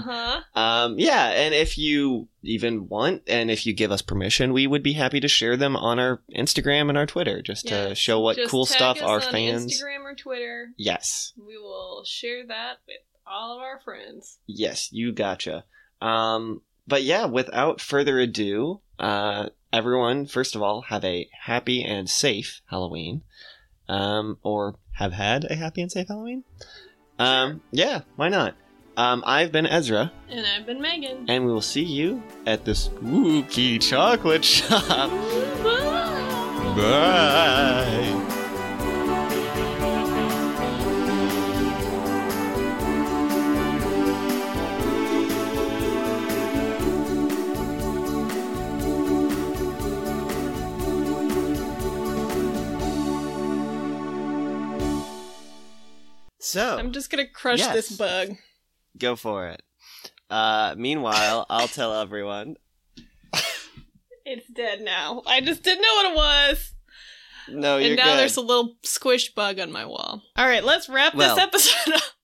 huh.
Um, yeah, and if you even want, and if you give us permission, we would be happy to share them on our Instagram and our Twitter just
Yeah,
to show what
Just
cool
tag
stuff
us
our
on
fans.
Instagram or Twitter.
Yes,
We will share that with all of our friends.
yes, you gotcha. Um, but yeah, without further ado, uh, everyone, first of all, have a happy and safe Halloween, um, or have had a happy and safe Halloween. Um, yeah, why not? Um, I've been Ezra,
And I've been Megan.
and we will see you at the spooky chocolate shop.
Bye.
Bye. So
I'm just gonna crush
Yes.
this bug.
go for it. Uh, meanwhile, I'll tell everyone.
It's dead now. I just didn't know what it was.
No, Oh, you're
and now
good.
there's a little squished bug on my wall. All right, let's wrap
Well.
this episode up.